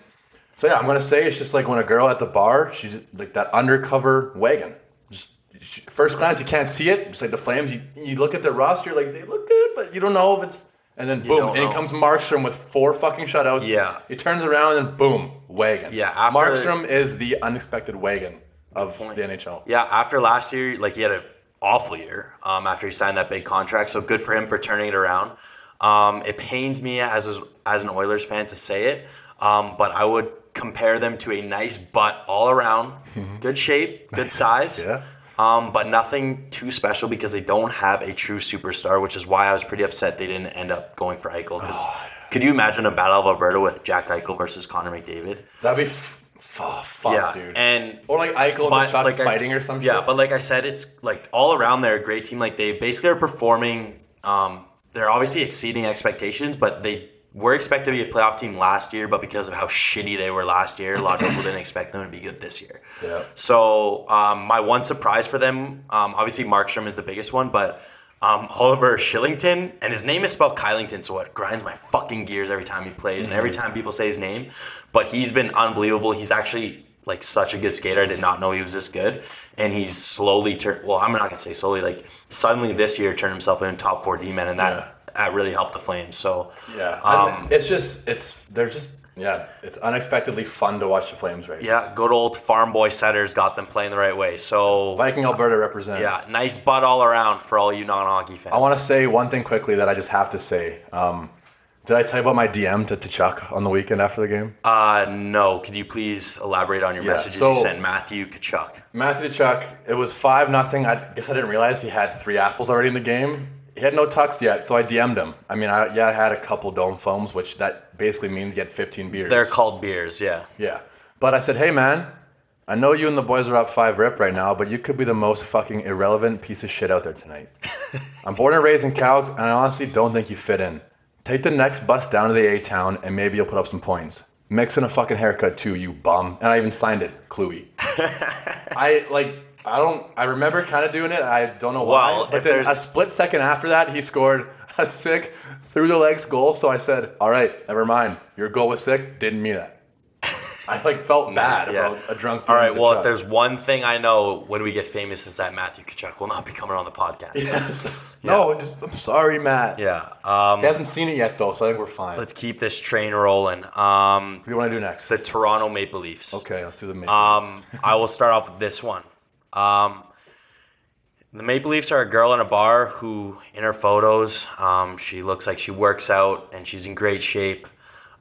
So yeah, I'm gonna say it's just like when a girl at the bar, she's just, like that undercover wagon. Just she, first glance, you can't see it. Just like the Flames, you, you look at their roster, like they look good, but you don't know if it's. And then boom,
don't
in
know.
comes Markstrom with four fucking shutouts.
Yeah.
he turns around and boom, wagon.
Yeah, after-
Markstrom is the unexpected wagon of the NHL.
Yeah, after last year, like he had an awful year um, after he signed that big contract. So good for him for turning it around. Um, it pains me as a, as an Oilers fan to say it, um, but I would compare them to a nice butt all around, good shape, good size.
Mm-hmm. Yeah.
Um, but nothing too special because they don't have a true superstar, which is why I was pretty upset they didn't end up going for Eichel. Because
Oh,
could you imagine a battle of Alberta with Jack Eichel versus Connor McDavid?
That'd be f- f- fuck,
yeah,
dude.
and
or like Eichel and Chuck
I s-
fighting or some
yeah,
shit.
but like I said, it's like all around they're a great team. Like they basically are performing. Um, they're obviously exceeding expectations, but they were expected to be a playoff team last year. But because of how shitty they were last year, a lot of people didn't expect them to be good this year.
Yeah.
So um, my one surprise for them, um, obviously Markstrom is the biggest one, but um, Oliver Shillington, and his name is spelled Kylington, so it grinds my fucking gears every time he plays and every time people say his name. But he's been unbelievable. He's actually like such a good skater. I did not know he was this good, and he's slowly turned. Well, I'm not gonna say slowly. Like suddenly this year, turned himself into top four D man, and that that really helped the Flames. So
Yeah.
um,
And it's just it's they're just yeah, it's unexpectedly fun to watch the Flames right now.
yeah, good old farm boy setters got them playing the right way. So
Viking Alberta represent.
yeah, nice butt all around for all you non-hockey fans.
I want to say one thing quickly that I just have to say. Um, did I tell you about my DM to, to Chuck on the weekend after the game?
Uh, no. Could you please elaborate on your
Yeah,
messages
so-
you sent Matthew Kachuk?
Matthew Chuck, it was 5 nothing. I guess I didn't realize he had three apples already in the game. He had no tucks yet, so I DM'd him. I mean, I, yeah, I had a couple dome foams, which that basically means you had 15 beers.
They're called beers, yeah.
Yeah. But I said, hey, man, I know you and the boys are up five rip right now, but you could be the most fucking irrelevant piece of shit out there tonight. I'm born and raised in Cowes, and I honestly don't think you fit in. Take the next bus down to the A town, and maybe you'll put up some points. Mix in a fucking haircut too, you bum. And I even signed it, Cluey. I like. I don't. I remember kind of doing it. I don't know why.
Well, if
but then
there's-
a split second after that, he scored a sick through the legs goal. So I said, "All right, never mind. Your goal was sick. Didn't mean that." I like felt
Nice,
bad
yeah.
about a drunk.
All
dude
right.
with a
Well,
truck.
if there's one thing I know when we get famous, is that Matthew Kachuk will not be coming on the podcast. Yeah.
Yes. No, just, I'm sorry, Matt.
Um,
He hasn't seen it yet, though, so I think we're fine. What
let's keep this train rolling. Um,
do you want to do next?
the Toronto Maple Leafs.
okay, let's do the main.
Um, I will start off with this one. Um, the Maple Leafs are a girl in a bar who, in her photos, um, she looks like she works out and she's in great shape.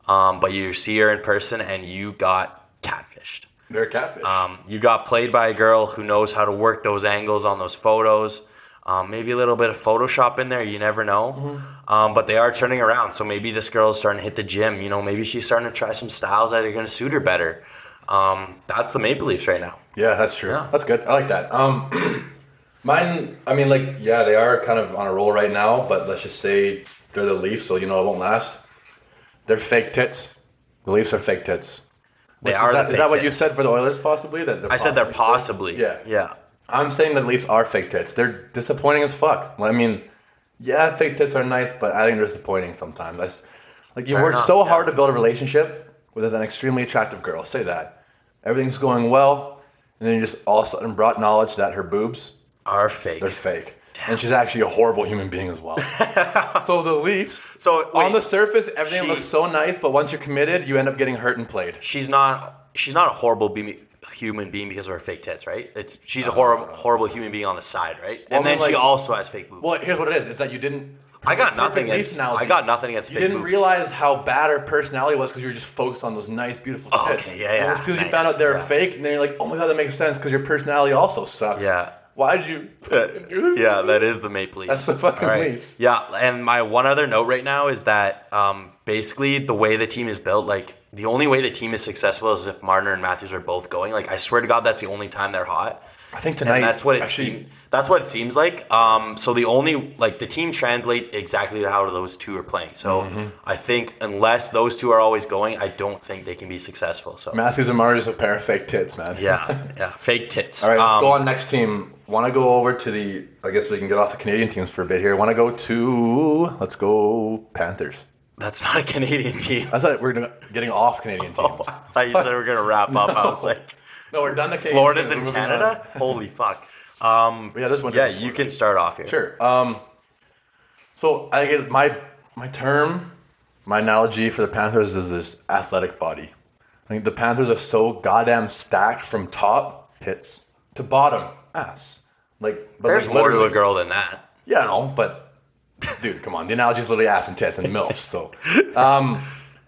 Um, but you see her in person and you got catfished.
They're catfish.
Um, you got played by a girl who knows how to work those angles on those photos. Um, maybe a little bit of Photoshop in there, you never know.
Mm-hmm.
Um, but they are turning around, so maybe this girl is starting to hit the gym. You know, maybe she's starting to try some styles that are going to suit her better. Um, that's the Maple Leafs right now.
yeah, that's true.
yeah.
That's good. I like that. Um, mine. I mean, like, yeah, they are kind of on a roll right now, but let's just say they're the Leafs, so you know it won't last. They're fake tits. The Leafs are fake tits.
They
Is
are.
that,
the
is
fake
that what you
tits.
said for the Oilers? Possibly that. They're
I said they're
possibly-
possibly.
Yeah.
Yeah.
I'm saying the Leafs are fake tits. They're disappointing as fuck. Well, I mean, yeah, fake tits are nice, but I think they're disappointing sometimes. I s like you
Fair
worked
enough,
so
yeah.
hard to build a relationship with an extremely attractive girl. Say that everything's going well, and then you just all of a sudden brought knowledge that her boobs
Are fake.
they're fake, and she's actually a horrible human being as well. so the Leafs.
So, wait.
on the surface, everything
She-
looks so nice, but once you're committed, you end up getting hurt and played.
she's not she's not a horrible beam, human being because of her fake tits, right? It's she's a horrible horrible human being on the side, right? And
Well, I
then
mean,
she
like-
also has fake boobs.
Well, here's what it is: is that you didn't.
I got
Perfect
nothing
Leafs
against
analogy.
I got nothing against
You
fake
didn't
boobs.
realize how bad her personality was because you were just focused on those nice, beautiful
Oh,
tits.
okay, yeah,
And
yeah,
as soon as you
nice,
found out they're
yeah.
fake, and then you're like, oh my god, that makes sense because your personality also sucks.
Yeah.
Why did you?
yeah, that is the Maple Leafs.
That's the fucking
All right.
Leafs.
Yeah, and my one other note right now is that um, basically the way the team is built, like the only way the team is successful is if Marner and Matthews are both going. Like I swear to God, that's the only time they're hot.
I think tonight.
And that's what it
actually,
seems. That's what it seems like. Um, so the only like the team translate exactly to how those two are playing. So
Mm-hmm.
I think unless those two are always going, I don't think they can be successful. So
Matthews and Mars is a pair of fake tits, man.
yeah, yeah, fake tits.
All right, let's
Um,
go on next team. Want to go over to the? I guess we can get off the Canadian teams for a bit here. Want to go to? Let's go Panthers.
That's not a Canadian team. Oh,
I thought we are getting off Canadian teams.
I thought you said we were gonna wrap up. I was like,
No, we're done. The Canadian
Florida's
teams,
in
we're moving
Canada. Holy fuck. Um,
on. Yeah, this one.
yeah, you can start off here.
Sure. Um, so I guess my my term, my analogy for the Panthers is this athletic body. I think the Panthers are so goddamn stacked from top tits to bottom ass. Like, but
There's
like
more to a
literally-
girl than that.
Yeah, no, but dude, come on. The analogy is literally ass and tits and milfs. So, um,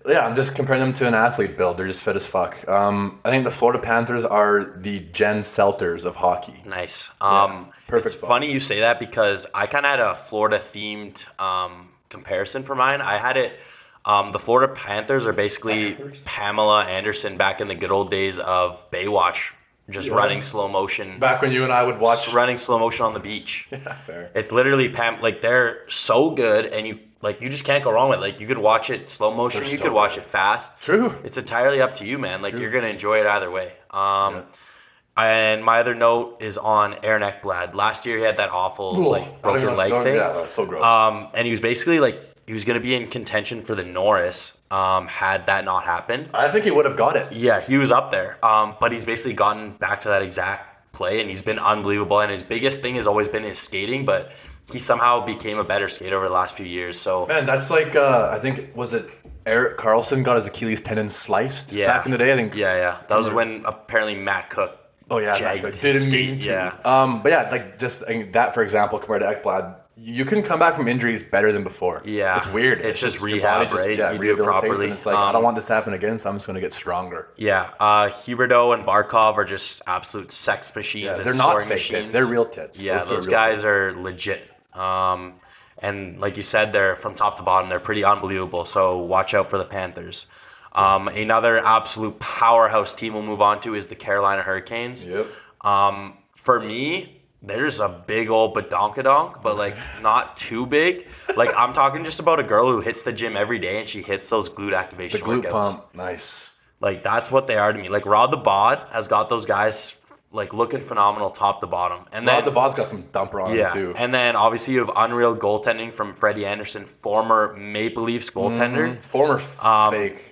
yeah, I'm just comparing them to an athlete build. They're just fit as fuck. Um, I think the Florida Panthers are the Jen Selters of hockey.
Nice. Um,
perfect
It's
ball.
funny you say that because I kind of had a Florida themed um, comparison for mine. I had it. Um, the Florida Panthers are basically Pamela Anderson back in the good old days of Baywatch, just running slow motion,
Back when you and I would watch
just running slow motion on the beach.
Fair.
It's literally Pam. Like they're so good, and you like you just can't go wrong with. it. Like you could watch it slow motion,
They're
you
so
could watch it fast.
True.
It's entirely up to you, man. Like you're gonna enjoy it either way. Um, and my other note is on Aaron Ekblad. Last year he had that awful
Ugh, I
like Uh,
don't
broken
even-
leg
don't-
thing.
Yeah, that's so gross.
Um, and he was basically like he was gonna be in contention for the Norris, um, had that not happened.
I think he would have got it.
Yeah, he was up there. Um, but he's basically gotten back to that exact play, and he's been unbelievable. And his biggest thing has always been his skating, but he somehow became a better skater over the last few years. So
Man, that's like uh, I think was it Eric Carlson got his Achilles tendon sliced
yeah,
back in the day. I think.
Yeah, yeah, that was when apparently Matt Cook.
Oh yeah,
jagged
that's- I
his
didn't mean
skate. Yeah,
to. Um, but yeah, like just I mean, that for example, compared to Ekblad, you can come back from injuries better than before.
Yeah.
it's weird.
It's just
your
rehab,
body
right?
Yeah,
You do it
rehabilitation,
properly.
and It's like I
Um,
don't want this to happen again, so I'm just going to get stronger.
yeah. Uh, Huberto and Barkov are just absolute sex machines.
Yeah,
and
they're not
scoring
fake
machines.
tits; they're real tits.
Yeah,
two are
those
real
guys
tits.
are legit. Um, and like you said, they're from top to bottom, they're pretty unbelievable. So watch out for the Panthers. Um, another absolute powerhouse team we'll move on to is the Carolina Hurricanes.
Yep.
Um, for me, there's a big old badonkadonk, but like not too big. Like I'm talking just about a girl who hits the gym every day and she hits those glute
The
activation
glute
workouts.
pump, nice.
Like that's what they are to me. Like Rod the Bod has got those guys like looking phenomenal top to bottom. And then
Rob the Bob's got some dumper on
yeah,
him too.
and then obviously you have unreal goaltending from Freddie Anderson, former Maple Leafs goaltender,
Former f-
Um,
fake.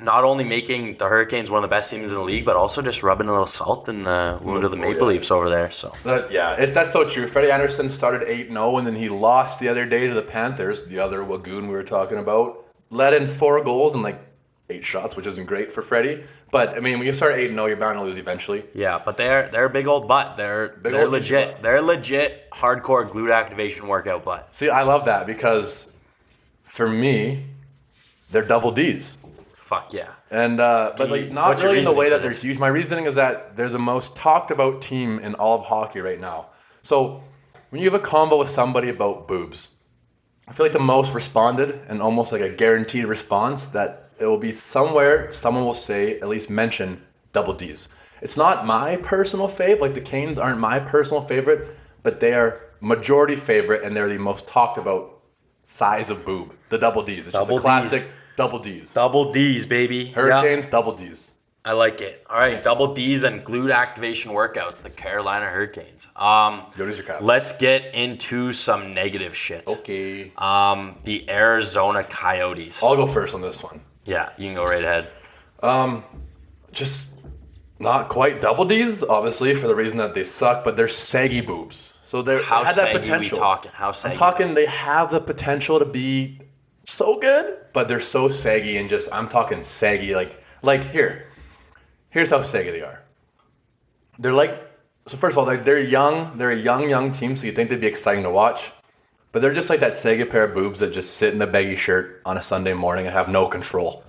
not only making the Hurricanes one of the best teams in the league, but also just rubbing a little salt in the wound of the
Oh,
Maple
yeah.
Leafs over there. So
That- yeah, it, that's so true. Freddie Anderson started 8 0, and then he lost the other day to the Panthers, the other Wagoon we were talking about. Let in four goals and like eight shots, which isn't great for Freddie. But I mean, when you start 8 0, you're bound to lose eventually.
yeah, but they're they're a big old butt. They're
Big
they're
old beefy
legit.
butt.
They're legit hardcore glute activation workout butt.
See, I love that because for me, they're double D's.
Fuck yeah.
And uh, but
you-
like not
what's your
really in the
reasoning
way
for
that they're
this?
huge. My reasoning is that they're the most talked about team in all of hockey right now. So when you have a combo with somebody about boobs, I feel like the most responded and almost like a guaranteed response that it will be somewhere someone will say at least mention double D's. It's not my personal fave. Like the Canes aren't my personal favorite, but they are majority favorite and they're the most talked about size of boob. The double D's. It's
Double
just a
Ds.
classic double D's.
Double D's baby. Yeah.
Hurricanes, double D's.
I like it. All right, double D's and glute activation workouts, the Carolina Hurricanes. Um,
Yo, these are cats.
let's get into some negative shit.
Okay.
Um, the Arizona Coyotes.
I'll go first on this one.
Yeah, you can go right ahead.
Just not quite double D's, obviously, for the reason that they suck, but they're saggy boobs. So they're
How
had that
saggy
potential.
we talking? How saggy?
I'm talking they have the potential to be so good, but they're so saggy and just I'm talking saggy like like here. Here's how saggy they are. They're like so first of all, like they're young, they're a young, young team, so you think they'd be exciting to watch. But they're just like that saggy pair of boobs that just sit in the baggy shirt on a Sunday morning and have no control.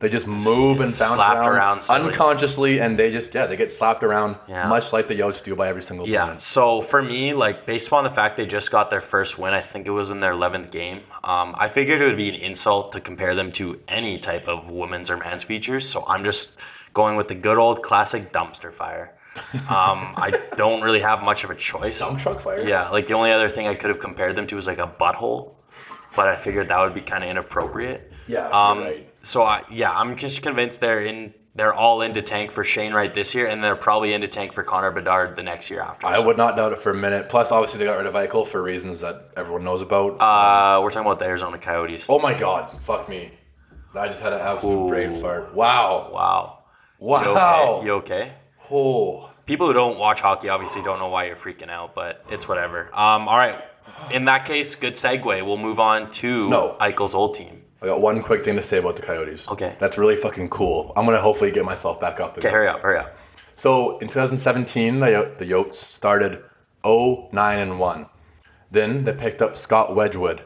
They just move and
get
bounce
slapped
around,
around silly.
unconsciously, and they just yeah they get slapped around
Yeah.
much like the Yotes do by every single
Yeah.
opponent.
So for me, like based upon the fact they just got their first win, I think it was in their eleventh game. Um, I figured it would be an insult to compare them to any type of women's or man's features. So I'm just going with the good old classic dumpster fire. Um, I don't really have much of a choice.
Dump truck fire.
Yeah, like the only other thing I could have compared them to was like a butthole, but I figured that would be kind of inappropriate.
Yeah, you're
Um,
right.
So I yeah, I'm just convinced they're in. They're all into tank for Shane Wright this year, and they're probably into tank for Connor Bedard the next year after.
I
So,
would not doubt it for a minute. Plus, obviously, they got rid of Eichel for reasons that everyone knows about.
uh, we're talking about the Arizona Coyotes.
oh my God! Fuck me! I just had an absolute
Ooh.
brain fart. Wow!
Wow. You
Wow!
okay? You okay?
Oh,
People who don't watch hockey obviously don't know why you're freaking out, but it's whatever. Um, all right. In that case, good segue. We'll move on to
No.
Eichel's old team.
I got one quick thing to say about the Coyotes.
Okay.
That's really fucking cool. I'm gonna hopefully get myself back up.
Okay, hurry up, hurry up.
So in 2017, the, Yo- the Yotes started 0 9 and 1. Then they picked up Scott Wedgwood,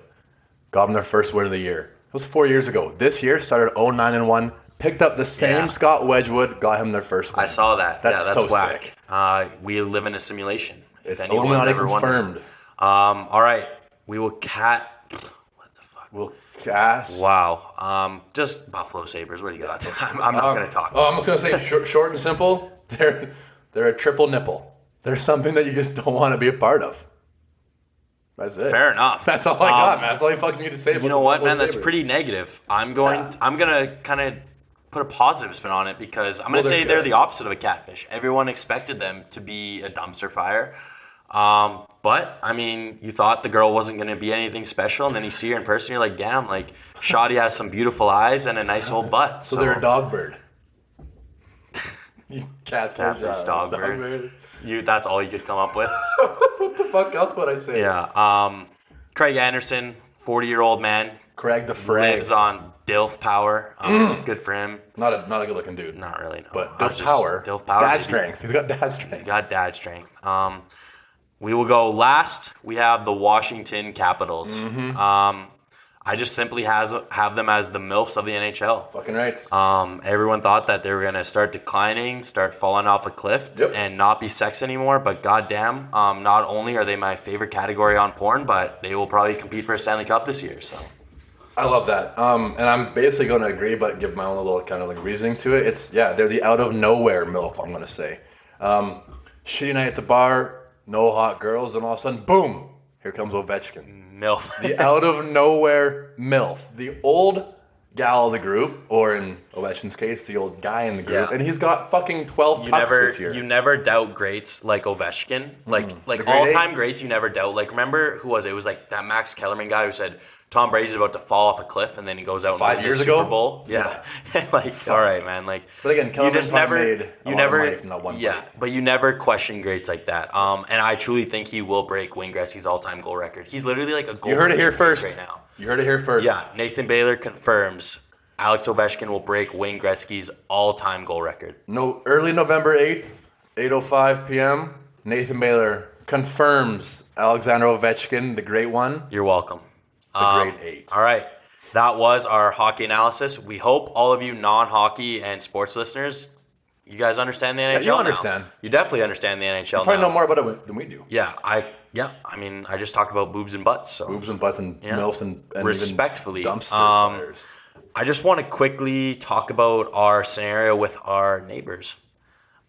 got him their first win of the year. It was four years ago. This year started 0 9 and 1, picked up the same
Yeah.
Scott Wedgwood, got him their first win.
I saw that.
That's
yeah, that's
so
whack.
sick.
Uh, we live in a simulation. if
It's
anyone's
Illuminati
ever wondered.
confirmed.
Um, all right, we will cat. What the fuck?
We'll cast.
Wow. Um, just Buffalo Sabers. What do you got? I'm, I'm not
Um,
gonna talk.
Oh, I'm just gonna say short, short and simple. They're they're a triple nipple. They're something that you just don't want to be a part of. That's it.
Fair enough. Um,
That's all I got, man. That's all you fucking need to say.
You know what, man? That's pretty negative. I'm going. I'm gonna kind of put a positive spin on it because I'm gonna
Well, they're
say they're
good.
the opposite of a catfish. Everyone expected them to be a dumpster fire. Um, but I mean, you thought the girl wasn't going to be anything special, and then you see her in person, you're like, damn, like Shoddy has some beautiful eyes and a nice old butt. So,
So they're a dog bird.
Catfish,
Catfish,
uh,
dog bird. you that's all you could come up with.
What the fuck else would I say?
yeah. Um, Craig Anderson, 40 year old man,
Craig the Frag.
lives on Dilf Power. Um, good for him.
Not a not a good looking dude.
Not really. No.
Mm. But
I was
Dilf
just-
power.
Dilf Power.
Dad
baby.
strength. He's got dad strength.
Got dad strength. Um, we will go last. We have the Washington Capitals. Um, I just simply has have them as the milfs of the NHL.
Fucking right.
Um, everyone thought that they were gonna start declining, start falling off a cliff,
Yep.
and not be sex anymore. But goddamn, um, not only are they my favorite category on porn, but they will probably compete for a Stanley Cup this year. So
I love that. Um, and I'm basically going to agree, but give my own little kind of like reasoning to it. It's yeah, they're the out of nowhere milf. I'm going to say, um, shitty night at the bar, no hot girls, and all of a sudden, boom, here comes
Mm.
Ovechkin,
milf.
the out of nowhere milf, the old gal of the group, or in Ovechkin's case, the old guy in the group,
Yeah.
and he's got fucking twelve
you
pucks
never
this year.
you never doubt greats like Ovechkin, like like
grade
all time
eight?
greats. You never doubt. Like remember who was it? It was like that Max Kellerman guy who said Tom Brady's about to fall off a cliff, and then he goes out and
Five
wins
years
the Super
ago?
Bowl. Yeah, like all right, man. Like,
But again, Kellerman
you just
probably
never
made a lot
you
of
never
money from that one
yeah,
fight.
but you never question greats like that. Um, and I truly think he will break Wayne Gretzky's all time goal record. He's literally like a goal.
you heard it here
record
first.
right now.
You heard it here first.
Yeah, Nathan Baylor confirms Alex Ovechkin will break Wayne Gretzky's all time goal record.
No, early November oh 8th, 8.05 p.m., Nathan Baylor confirms Alexander Ovechkin, the great one.
You're welcome. The
grade eight.
All right. That was our hockey analysis. We hope all of you non-hockey and sports listeners, you guys understand the NHL.
you
now.
understand.
You definitely understand the NHL.
Probably
now.
know more about it than we do.
Yeah, I yeah. I mean, I just talked about boobs and butts. So
Boobs and butts and milfs and, and even
Respectfully,
dumpster
um,
fires.
I just want to quickly talk about our scenario with our neighbors.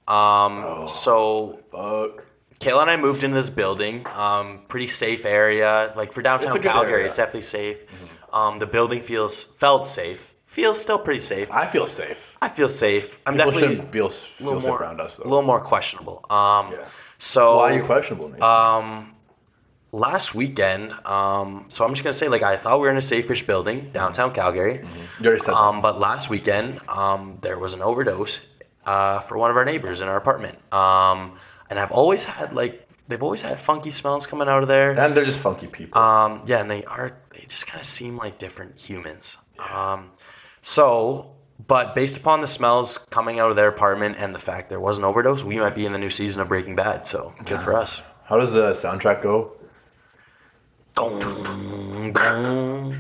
Um,
Oh.
so
Fuck.
Kayla and I moved into this building, um, pretty safe area. Like for downtown
good
Calgary,
area. Mm-hmm.
it's definitely safe. Um, the building feels felt safe, feels still pretty safe.
I feel safe.
I feel safe. I'm
People
definitely
shouldn't feel, feel
little
safe
more,
around us,
a
though.
little more questionable. Um,
Yeah.
So
Why are you questionable, Nathan?
uh, last weekend, um, so I'm just gonna say, like, I thought we were in a safe-ish building
Mm-hmm.
downtown Calgary.
you already said
Um, but last weekend, um, there was an overdose uh, for one of our neighbors in our apartment. Um, and I've always had like they've always had funky smells coming out of there.
And they're just funky people.
Um, yeah, and they are they just kind of seem like different humans. Um, so, but based upon the smells coming out of their apartment and the fact there was an overdose, we might be in the new season of Breaking Bad. So good for us.
How does the soundtrack go?
What do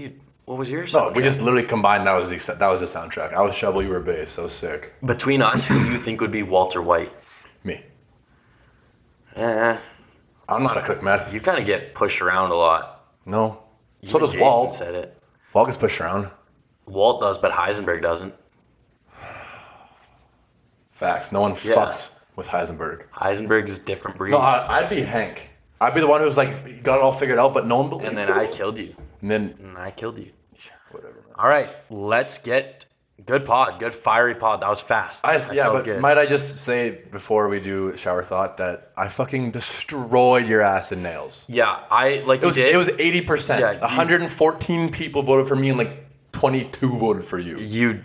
you? What was yours?
No, we just literally combined. That was the that was the soundtrack. I was shovel, you were bass. That was sick.
between us, who do you think would be Walter White?
Me.
Eh,
I'm not a cook, meth.
you kind of get pushed around a lot.
No. So does
Jason
Walt.
said it.
Walt gets pushed around.
Walt does, but Heisenberg doesn't.
Facts. No one
Yeah.
fucks with Heisenberg.
Heisenberg's a different breed.
No, I, I'd be Hank. I'd be the one who's like he got it all figured out, but no one believes.
and then
him.
I Mm, killed you.
And then
And I killed you.
whatever. Man.
All right, let's get good pod, good fiery pod. That was fast.
I,
That
yeah,
felt
but
good.
might I just say before we do shower thought that I fucking destroyed your ass and nails.
yeah, I like
It was
you did.
it was eighty percent.
Yeah, you-
One hundred and fourteen people voted for me, and like twenty two voted for you.
you.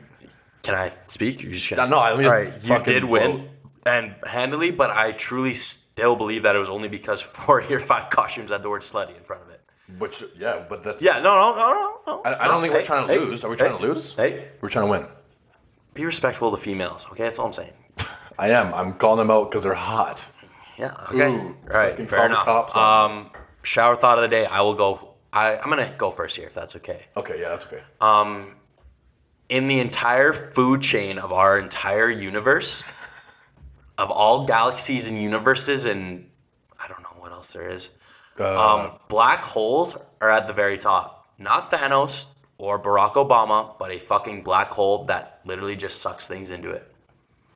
Can I speak? You just
No, no, I mean,
All right, you
fucking
did win
vote.
and handily, but I truly still believe that it was only because four of your five costumes had the word "slutty" in front of it.
Which yeah, but that's
Yeah, no, no, no, no, no.
I, I
no,
don't think
hey,
we're trying to
hey,
lose. Are we
hey,
trying to lose?
Hey,
We're trying to win.
be respectful to females. Okay, that's all I'm saying.
I am. I'm calling them out because they're hot.
Yeah. Okay.
Ooh,
All right.
fucking
Fair
call the
enough.
cops on
Um, shower thought of the day. I will go. I, I'm gonna go first here, if that's okay.
Okay, yeah, that's okay.
uh, In the entire food chain of our entire universe, of all galaxies and universes, and I don't know what else there is.
Uh,
Um, black holes are at the very top. Not Thanos or Barack Obama, but a fucking black hole that literally just sucks things into it.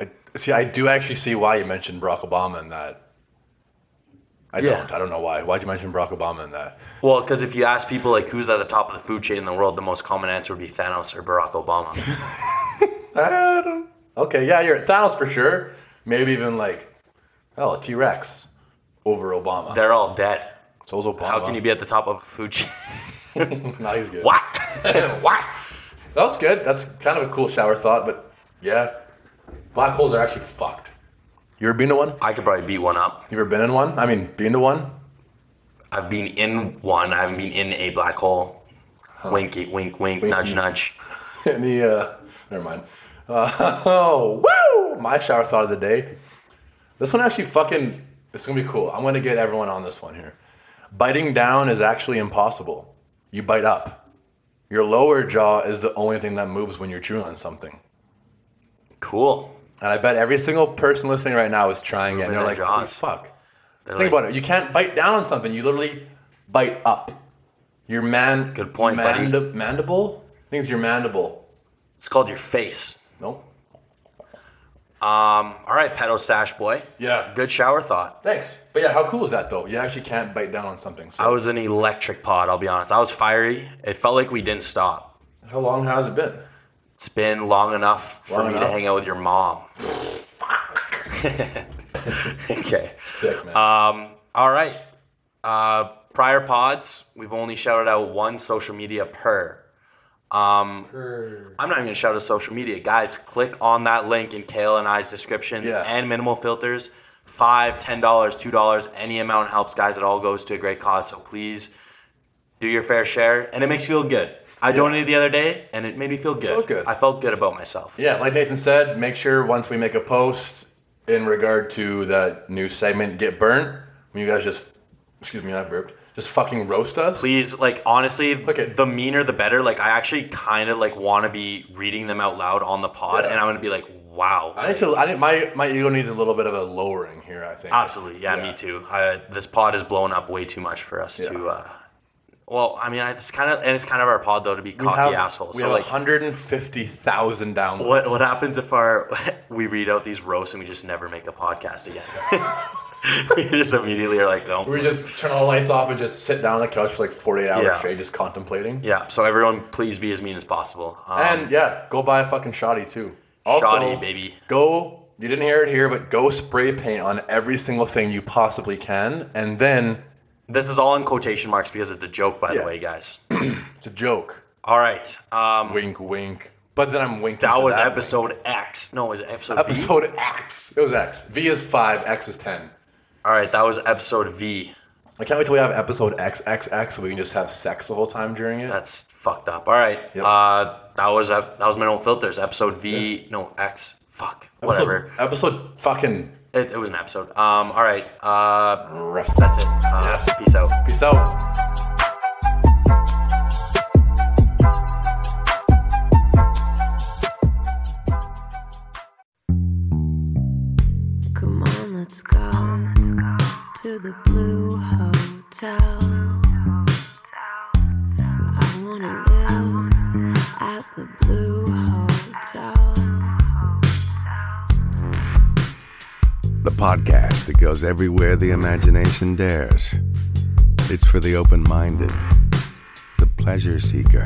I, see, I do actually see why you mentioned Barack Obama in that. I
Yeah.
don't. I don't know why. Why'd you mention Barack Obama in that?
Well, because if you ask people like who's at the top of the food chain in the world, the most common answer would be Thanos or Barack Obama.
I don't. Okay, yeah, you're at Thanos for sure. Maybe even like, oh, T Rex, over Obama.
They're all dead.
So's Obama.
How can you be at the top of food chain?
Nah, he's good.
what? what?
That was good. That's kind of a cool shower thought, but yeah, black holes are actually fucked. You ever been to one?
I could probably beat one up.
You ever been in one? I mean, been to one?
I've been in one. I haven't been in a black hole. Wink, wink, wink, nudge,
Winky.
nudge.
Any? Uh, never mind. Uh, oh, woo! My shower thought of the day. This one actually fucking. It's gonna be cool. I'm gonna get everyone on this one here. Biting down is actually impossible. You bite up. Your lower jaw is the only thing that moves when you're chewing on something.
Cool.
And I bet every single person listening right now is trying it. And
moving
they're
their
like,
jaws.
fuck.
They're
Think
like,
about it. You can't bite down on something. You literally bite up. Your man.
Good point, buddy.
mandi- Mandible? I think it's your mandible.
It's called your face.
Nope.
Um, all right, pedo stash boy.
Yeah.
Good shower thought.
Thanks. But yeah, how cool is that though? You actually can't bite down on something. So
I was an electric pod, I'll be honest. I was fiery. It felt like we didn't stop.
how long has it been?
It's been long enough for
Long
me to
enough.
hang out with your mom. okay.
Sick, man.
Um, all right. Uh, prior pods, we've only shouted out one social media per. Um, I'm not even gonna shout out social media, guys. Click on that link in Kale and I's descriptions
Yeah.
and minimal filters. Five, ten dollars, two dollars, any amount helps, guys. It all goes to a great cause, so please do your fair share, and it makes you feel good. I donated the other day, and it made me feel good.
Felt good.
I felt good about myself.
yeah, like Nathan said, make sure once we make a post in regard to that new segment, get burnt. When you guys just, excuse me, I burped. Just fucking roast us.
please like honestly
it.
the meaner the better like i actually kind of like want to be reading them out loud on the pod
Yeah.
and i'm gonna be like
I
wow
need to. I need, my my ego needs a little bit of a lowering here. I think.
absolutely yeah,
Yeah.
me too I, this pod has blown up way too much for us to
Yeah.
uh well i mean I, it's kind of and it's kind of our pod though to be
We
cocky
have,
assholes
We
so
have
like
150,000 downloads.
what what happens if our we read out these roasts and we just never make a podcast again we just immediately are like no
We just turn all the lights off and just sit down on the couch for like 48 hours
Yeah.
straight, just contemplating.
yeah so everyone please be as mean as possible um,
And yeah, go buy a fucking shoddy too. Also,
Shoddy, baby.
Go. You didn't hear it here, but go spray paint on every single thing you possibly can, and then
this is all in quotation marks because it's a joke by
Yeah.
the way guys
it's a joke.
all right um
Wink, wink. But then I'm winking.
That
for
was
that
episode X. No, it was episode,
wink.
V.
episode X. It was X. V is five. X is ten.
All right, that was episode V.
I can't wait till we have episode XXX so we can just have sex the whole time during it.
That's fucked up. All right,
Yep.
uh, that was uh, that was minimal filters. Episode V. No X. Fuck. Whatever.
Episode, episode fucking.
It, it was an episode. Um. All right. Uh.
Riff.
That's it. Uh, Peace out.
Peace out.
Come on, let's go to the blue hotel. I wanna live at the blue hotel.
the podcast that goes everywhere the imagination dares. It's for the open minded, the pleasure seeker.